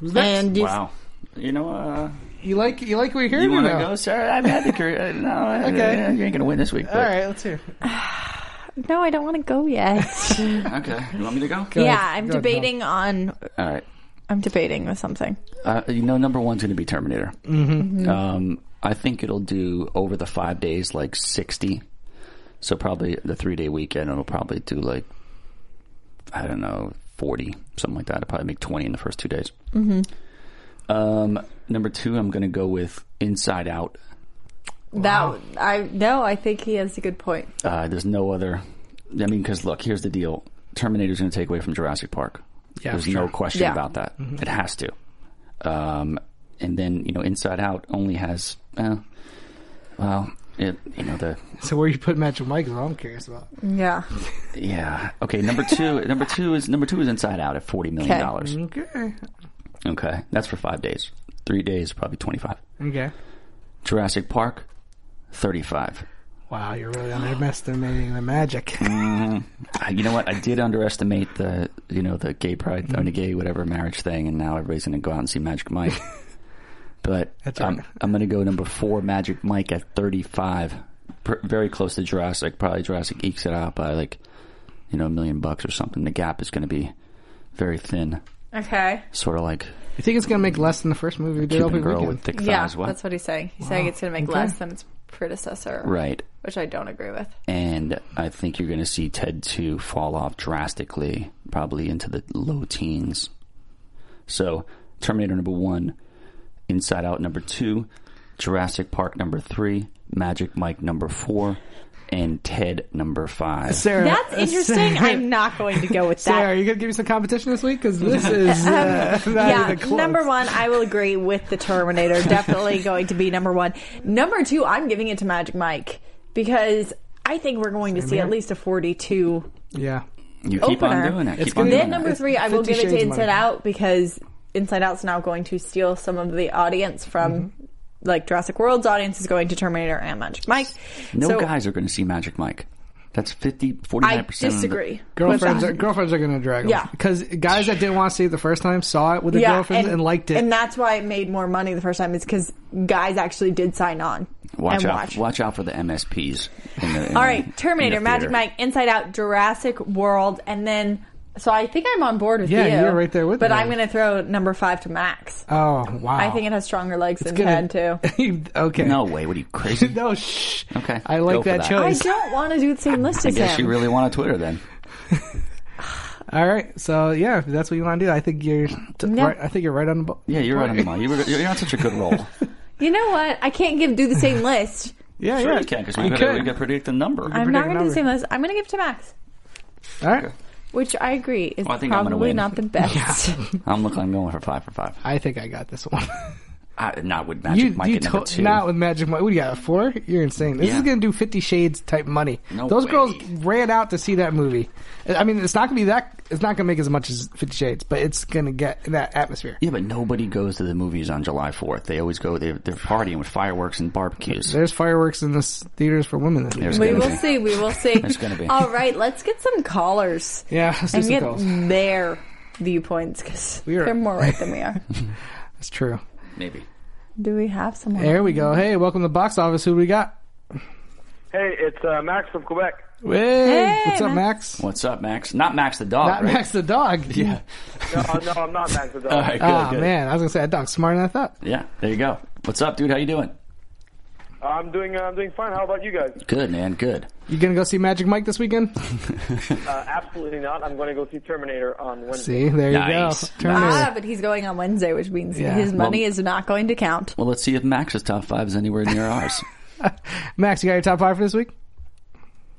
D: Who's next?
B: And you,
C: Wow. You know, uh,
D: you like you like what you're hearing
C: you want
D: or
C: to
D: no?
C: go, sir? I've had the career. uh, No,
D: Okay.
C: okay. you ain't gonna win this week.
D: all right let's hear
B: Mm. no, I don't want to go yet.
C: Okay, you want me to go?
B: yeah, I'm
D: Go ahead,
B: debating on.
C: All right.
B: I'm debating with something.
C: Uh, you know, number one's going to be Terminator. Um, I think it'll do over the five days like sixty. So probably the three day weekend, it'll probably do like I don't know forty something like that. It'll probably make twenty in the first two days. Mm-hmm. Um, number two, I'm going to go with Inside Out.
B: That I no, I think he has a good point.
C: Uh, there's no other. I mean, because look, here's the deal: Terminator's going to take away from Jurassic Park.
D: Yeah,
C: there's
D: for
C: no
D: sure. Mm-hmm.
C: question
B: Yeah.
C: about that. It has to. Um, and then you know, Inside Out only has. Uh, well, it you know the
D: so where you put Magic Mike is what I'm curious about
B: Yeah.
C: yeah okay number two number two is number two is Inside Out at forty million dollars.
D: okay Mm-hmm.
C: Okay, that's for five days. Three days, probably twenty five.
D: okay
C: Jurassic Park, thirty five.
D: wow you're really underestimating the magic
C: Uh, You know what? I did underestimate the you know the gay pride or the
D: Mm-hmm.
C: gay whatever marriage thing, and now everybody's going to go out and see Magic Mike. but
D: That's
C: I'm,
D: right.
C: I'm going to go number four, Magic Mike at 35, pr- very close to Jurassic. Probably Jurassic ekes it out by like you know a million bucks or something. The gap is going to be very thin,
B: Okay.
C: sort of like
D: you think it's going to make less than the first movie we did
C: Cuban
D: opening
C: girl
D: weekend
C: with thick
B: Yeah,
C: thighs. What?
B: that's what he's saying. He's saying it's going to make less than it's predecessor,
C: Right.
B: Which I don't agree with.
C: And I think you're going to see Ted 2 fall off drastically, probably into the low teens. So, Terminator number 1, Inside Out number 2, Jurassic Park number 3, Magic Mike number 4, and Ted number 5.
D: Sarah,
B: That's interesting.
D: Sarah,
B: I'm not going to go with that.
D: Sarah, you gonna give me some competition this week because this is uh, not
B: yeah,
D: even close.
B: number one, I will agree with the Terminator. Definitely going to be number one. Number two, I'm giving it to Magic Mike because I think we're going to see at least a 42.
D: Yeah,
C: You keep
B: Opener.
C: on doing it.
D: It's
C: Keep on doing
D: gonna-
B: Then
C: it.
B: number three, I will
D: 50
B: give it to
D: Shades
B: Inside
D: Money.
B: Out because Inside Out's now going to steal some of the audience from.
D: Mm-hmm.
B: Like Jurassic World's audience is going to Terminator and Magic Mike.
C: No
B: so
C: guys are going to see Magic Mike. That's 50, 49%.
B: I
C: of the-
B: disagree.
D: girlfriends
B: with
D: are
B: that.
D: girlfriends are gonna drag.
B: Yeah.
D: because guys that didn't want to see it the first time saw it with their girlfriends and, liked it.
B: and that's why it made more money the first time. Is because guys actually did sign on
C: watch
B: and
C: out.
B: watch.
C: Watch out for the MSPs. In the, in
B: All
C: the-
B: right, Terminator,
C: in the
B: Magic
C: theater.
B: Mike, Inside Out, Jurassic World, and then. So I think I'm on board with
D: Yeah,
B: you.
D: you're right there with
B: But
D: me.
B: I'm going to throw number five to Max.
D: oh wow!
B: I think it has stronger legs than
D: gonna-
B: Ted too.
D: okay.
C: No way. What are you, crazy?
D: no. Shh.
C: Okay,
D: I like
C: go for
D: that,
C: that.
B: I
D: choice.
B: don't want to do the same list as
C: Guess
B: him.
C: you really want a Twitter then.
D: All right. So yeah, if that's what you want to do. I think you're. T-
B: No.
D: right, I think you're right on. the bo-
C: Yeah, you're right on the money. You were, you're on such a good roll.
B: you know what? I can't give do the same list.
D: Yeah,
C: Sure
D: yeah.
C: you can, because
D: You
C: we
D: could.
C: could to predict the number.
B: I'm not going to do the
D: number.
B: same list. I'm going to give it to Max,
D: All right.
B: which I agree is
C: Well, I think I'm gonna
B: probably
C: win.
B: not the best.
C: I'm looking. I'm going for five for five.
D: I think I got this one.
C: I, not with Magic Mike at number
D: to-
C: two.
D: Not with Magic Mike. What do you got? a Four? You're insane. This
C: Yeah.
D: is gonna do Fifty Shades type money.
C: No
D: Those
C: way.
D: girls ran out to see that movie. I mean, it's not gonna be that. It's not gonna make as much as Fifty Shades, but it's gonna get that atmosphere.
C: yeah, but nobody goes to the movies on July 4th. They always go. They're, they're partying with fireworks and barbecues.
D: There's fireworks in this theaters for women. This
C: There's
B: we
D: year.
C: gonna
B: will
C: be.
B: see. We will see.
C: It's gonna be.
B: All right, let's get some callers
D: Yeah, let's do
B: and
D: some
B: get
D: girls.
B: their viewpoints because
D: We are-
B: they're more right than we are.
D: That's true.
C: Maybe.
B: Do we have someone?
D: There we go. Hey, welcome to box office. Who we got?
H: Hey, it's uh, Max from Quebec.
D: Hey, what's up, Max?
C: What's up, Max? Not Max the dog.
D: Not
C: right?
D: Max the dog. Yeah.
H: No, uh, no I'm not Max.
C: All right,
H: Adele.
C: good,
D: Oh
C: good.
D: man, I was gonna say that dog's smarter than I thought.
C: Yeah, there you go. What's up, dude? How you doing?
H: I'm doing. Uh, I'm doing fine. How about you guys?
C: Good, man. Good.
D: You gonna go see Magic Mike this weekend?
H: Uh, absolutely not. I'm going to go see Terminator on
D: see,
H: Wednesday.
D: there
C: Nice.
D: you go. Turn
B: Ah, but he's going on Wednesday, which means
D: Yeah.
B: his money
C: Well-
B: is not going to count.
C: Well, let's see if Max's top five is anywhere near ours.
D: Max, you got your top five for this week?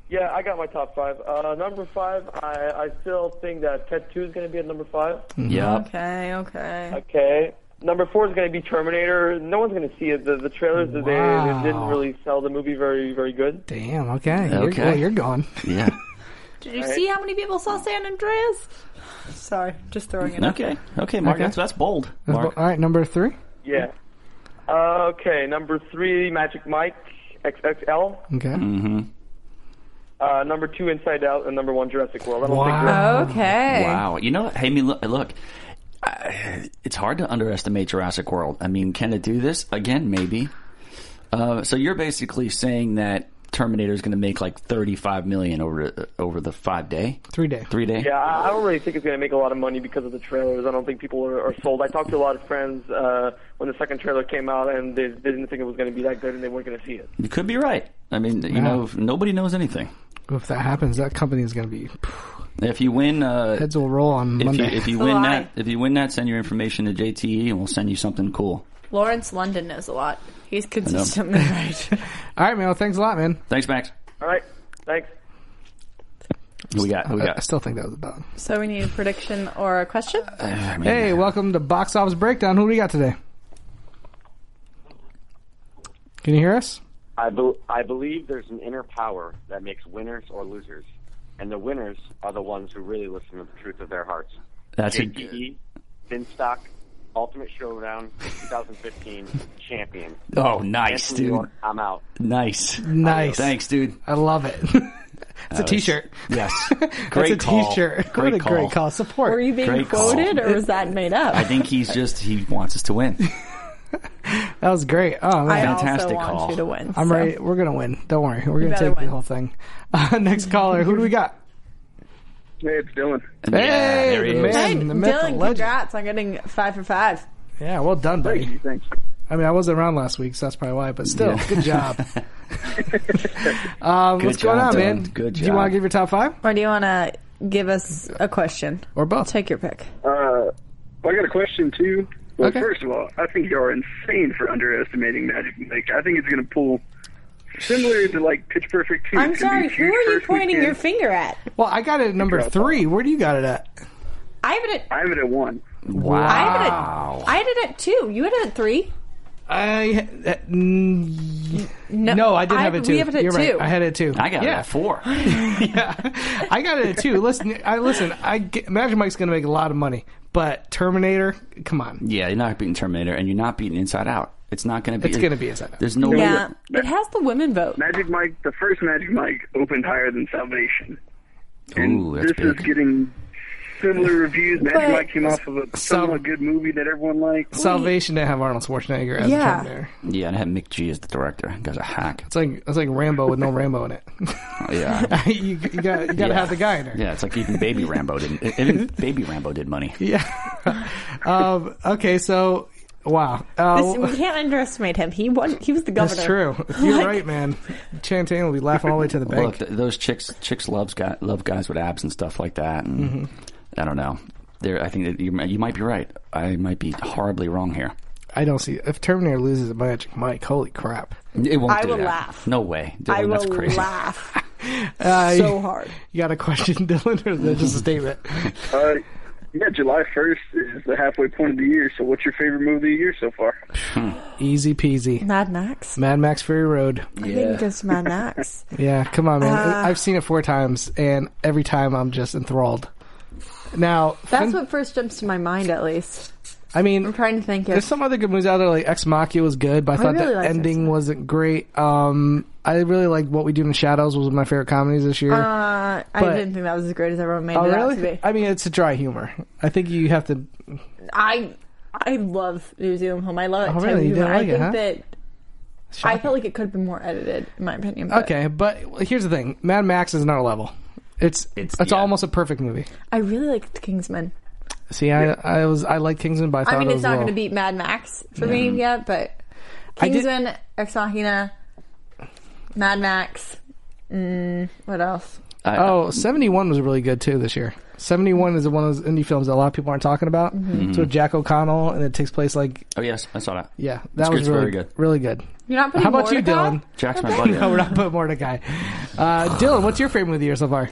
H: Yeah, I got my top five. Uh, number five, I, I still think that Ted Two is going to be at number five.
C: yep.
B: Okay, okay.
H: Okay. Number four is going to be Terminator. No one's going to see it. The, the trailers that
D: Wow.
H: they, they didn't really sell the movie very very good.
D: Damn. Okay.
C: Okay.
D: You're, well, you're going.
C: Yeah.
B: Did you see how many people saw San Andreas? Sorry, just throwing it. out.
C: Okay. Okay, Mark.
D: Okay.
C: That's, that's bold.
D: All
C: Mark.
D: right, number three.
H: Yeah. Uh, okay. Number three, Magic Mike XXL.
D: Okay.
C: Mm.
H: Uh, number two, Inside Out, and number one, Jurassic World. I don't think
D: Wow.
B: Okay.
C: Wow. You know, hey, I mean, look, look I, it's hard to underestimate Jurassic World. I mean, can it do this again? Maybe. Uh, so you're basically saying that Terminator is going to make like 35 million over over the five day,
D: Three day.
C: three day.
H: Yeah, I I don't really think it's going to make a lot of money because of the trailers. I don't think people are, are sold. I talked to a lot of friends uh, when the second trailer came out, and they, they didn't think it was going to be that good, and they weren't going to see it.
C: You could be right. I mean, you know, if nobody knows anything.
D: If that happens, that company is going to be
C: If you win, uh,
D: heads will roll on
C: if you,
D: Monday.
C: if you win
B: lie.
C: that, if you win that, send your information to JTE and we'll send you something cool.
B: Lawrence London knows a lot. He's consistently right.
D: All right, man. Well, thanks a lot, man.
C: Thanks, Max.
H: All right, thanks.
C: Who we got? Who we
D: I
C: got?
D: still think that was about.
B: So we need a prediction or a question.
C: I mean,
D: Hey, welcome to Box Office Breakdown. Who do we got today? Can you hear us?
I: I, be- I believe there's an inner power that makes winners or losers, and the winners are the ones who really listen to the truth of their hearts.
C: that's a,
B: E.
I: JTE, Finstock, Ultimate Showdown, 2015 champion.
C: oh, nice,
I: And from New
C: dude.
I: York, I'm out.
C: Nice.
D: Nice.
C: Thanks, dude.
D: I love it. it's a T-shirt.
C: Yes.
D: That's
C: Great
D: a
C: call.
D: T-shirt.
C: Great
D: what a
C: call.
D: great call. Support.
B: Were you being
C: Great call.
B: quoted, or was that made up?
C: I think he's just he wants us to win.
D: that was great. Oh, man.
B: I also
C: Fantastic
B: want
C: call.
B: you to win.
D: I'm
B: so.
D: ready. We're gonna win. Don't worry. We're gonna
B: better
D: take
B: win.
D: the whole thing. Uh, next caller. Who do we got?
H: Hey, it's Dylan.
C: Yeah, there
D: the
C: he is.
D: man.
B: Hey,
D: the myth, the
B: Dylan,
D: legend.
B: congrats on getting five for five.
D: Yeah, well done, buddy.
H: Thanks.
D: I mean, I wasn't around last week, so that's probably why. But still,
C: Yeah.
D: good job. um,
C: Good
D: what's going
C: job,
D: on, man?
C: Dylan. Good
D: Do you want
C: job.
D: to give your top five
J: Or do you want to give us a question?
D: or both?
J: Take your pick.
I: Uh, well, I got a question too. Well,
D: Okay.
I: first of all, I think y'all are insane for underestimating Magic Mike. I think it's going to pull similar to like Pitch Perfect two.
J: I'm
I: It's gonna
J: sorry.
I: be a
J: Who are
I: huge
J: you
I: first
J: pointing
I: weekend.
J: your finger at?
D: Well, I got it at number
I: Drop
D: three. Where do you got it at?
J: I have it at.
I: I have it at one.
C: Wow.
J: I have it at. I had it at two. You had it at three.
D: I uh, mm,
J: No,
D: no, I did have it too.
J: We have it at
D: You're
J: two.
D: right. I had it too.
C: I got it
D: yeah.
C: at four.
D: I got it at two. Listen, I listen. I get, Magic Mike's going to make a lot of money, but Terminator, come on,
C: yeah, you're not beating Terminator, and you're not beating Inside Out. It's not going to be.
D: It's gonna be Inside Out.
C: There's no
J: yeah,
C: way.
J: it has the women vote.
I: Magic Mike, the first Magic Mike opened higher than Salvation. And
C: Ooh, that's
I: this
C: big.
I: is getting similar reviews. Magic
J: But-
I: Mike came off of a somewhat good movie that everyone liked.
D: Salvation didn't have Arnold Schwarzenegger as
J: Yeah.
D: a Terminator.
C: Yeah, and I had Mick G as the director. Guy's a hack.
D: It's like it's like Rambo with no Rambo in it.
C: Yeah.
D: you you got you got to
C: Yeah.
D: have the guy in there.
C: Yeah, it's like even Baby Rambo didn't. Even Baby Rambo did money.
D: Yeah. um, okay, so wow,
J: This,
D: uh,
J: we can't underestimate him. He won. He was the governor.
D: that's true. You're right, man. Chantain will be laughing all the way to the bank.
C: Look, th- those chicks chicks loves guy, love guys with abs and stuff like that. And
D: Mm-hmm.
C: I don't know. There, I think that you, mi- you might be right. I might be horribly wrong here.
D: I don't see if Terminator loses a Magic Mike. Holy crap!
C: It won't.
J: I
C: do
J: will
C: that.
J: laugh.
C: No way. Dylan,
J: I will
C: that's crazy.
J: laugh
D: Uh,
J: so hard.
D: you got a question, Dylan, or is that just a statement?
I: Uh, yeah, July 1st is the halfway point of the year. So, what's your favorite movie of the year so far?
D: Easy peasy.
J: Mad Max.
D: Mad Max Fury Road.
J: I think it goes to Mad Max.
D: Yeah, come on, man.
J: Uh.
D: I've seen it four times, and every time I'm just enthralled. Now,
J: That's
D: fin-
J: what first jumps to my mind, at least.
D: I mean.
J: I'm trying to think.
D: There's
J: Of,
D: some other good movies out there, like Ex Machina was good, but I thought
J: really
D: the
J: liked Ex
D: ending
J: Machina.
D: wasn't great. Um, I really like What We Do in the Shadows was one of my favorite comedies this year.
J: uh, I
D: but-
J: didn't think that was as great as everyone made
D: oh,
J: it out
D: really?
J: to be.
D: I mean, it's a dry humor. I think you have to.
J: I I love New Zealand Home. I love it.
D: Oh,
J: too.
D: really? You didn't
J: I
D: like it,
J: think
D: huh?
J: that I felt like it could have been more edited, in my opinion. But
D: Okay, but here's the thing: Mad Max is another level. It's it's,
C: It's-
D: it's
C: yeah.
D: almost a perfect movie.
J: I really liked Kingsman.
D: See, I I was I like Kingsman, but I thought
J: I mean,
D: it
J: it's
D: was
J: not
D: low.
J: going to beat Mad Max for me yet, but
D: I did-
J: Kingsman, Ex Machina, Mad Max. Mm, what else?
C: I,
D: Oh, 71 was really good too this year. 71 is one of those indie films that a lot of people aren't talking about.
J: Mm-hmm.
D: It's with Jack O'Connell, and it takes place like
C: oh yes, I saw that.
D: yeah, that
C: It's good.
D: was
C: It's
D: really
C: very good.
D: really good.
J: You're not putting
D: How about you,
J: Mordecai?
D: Dylan?
C: Jack's my buddy.
D: No, we're not putting Mordecai. Uh, Dylan, what's your favorite movie of the year so far?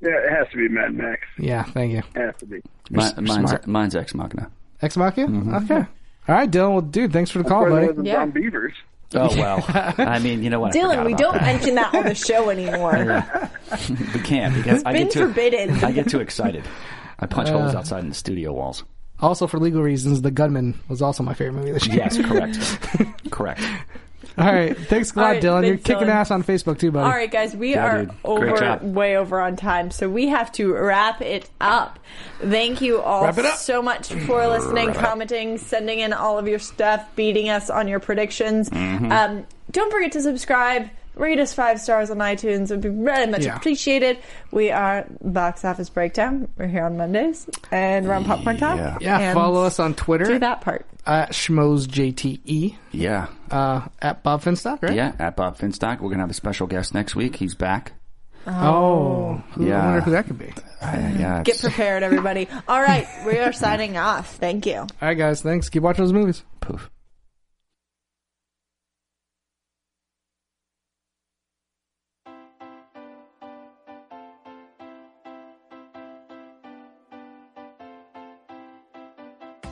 I: Yeah, it has to be Mad Max.
D: Yeah, thank you.
I: It has to be.
C: Mi- mine's,
D: smart.
C: mine's Ex Machina.
D: Ex Machina. Okay. All right, Dylan. Well, dude, thanks for the call, buddy.
I: Other than
J: Yeah.
I: Don Beavers.
C: Oh well. I mean, you know what? I
J: Dylan,
C: forgot
J: we
C: about
J: don't
C: that.
J: mention that on the show anymore.
C: We can't because I
J: been
C: get too
J: forbidden.
C: I get too excited. I punch holes
D: Uh.
C: outside in the studio walls.
D: Also, for legal reasons, The Gunman was also my favorite movie this year.
C: Yes, correct, correct.
D: All right, thanks a lot,
J: All right,
D: Dylan. You're
J: thanks,
D: kicking
J: Dylan.
D: ass on Facebook too, buddy.
J: All right, guys, we
C: Yeah,
J: are
C: dude. Great
J: over,
C: job.
J: way over on time, so we have to wrap it up. Thank you all
D: Wrap it up.
J: so much for listening, commenting, sending in all of your stuff, beating us on your predictions.
D: Mm-hmm.
J: Um, don't forget to subscribe. Rate us five stars on iTunes. It would be very much
D: Yeah.
J: appreciated. We are Box Office Breakdown. We're here on Mondays, and we're on Popcorn Talk.
D: Yeah,
J: And
D: follow us on Twitter
J: Do that part.
D: at schmozejte,
C: Yeah,
D: E, uh, at Bob Finstock, right?
C: yeah. At Bob Finstock, we're gonna have a special guest next week. He's back.
D: Oh, who, I
C: Yeah.
D: wonder who that could be. All
C: I- Uh, yeah,
J: Get
C: it's-
J: prepared, everybody. all right, we are signing off. Thank you.
D: right, guys, thanks. Keep watching those movies.
C: poof.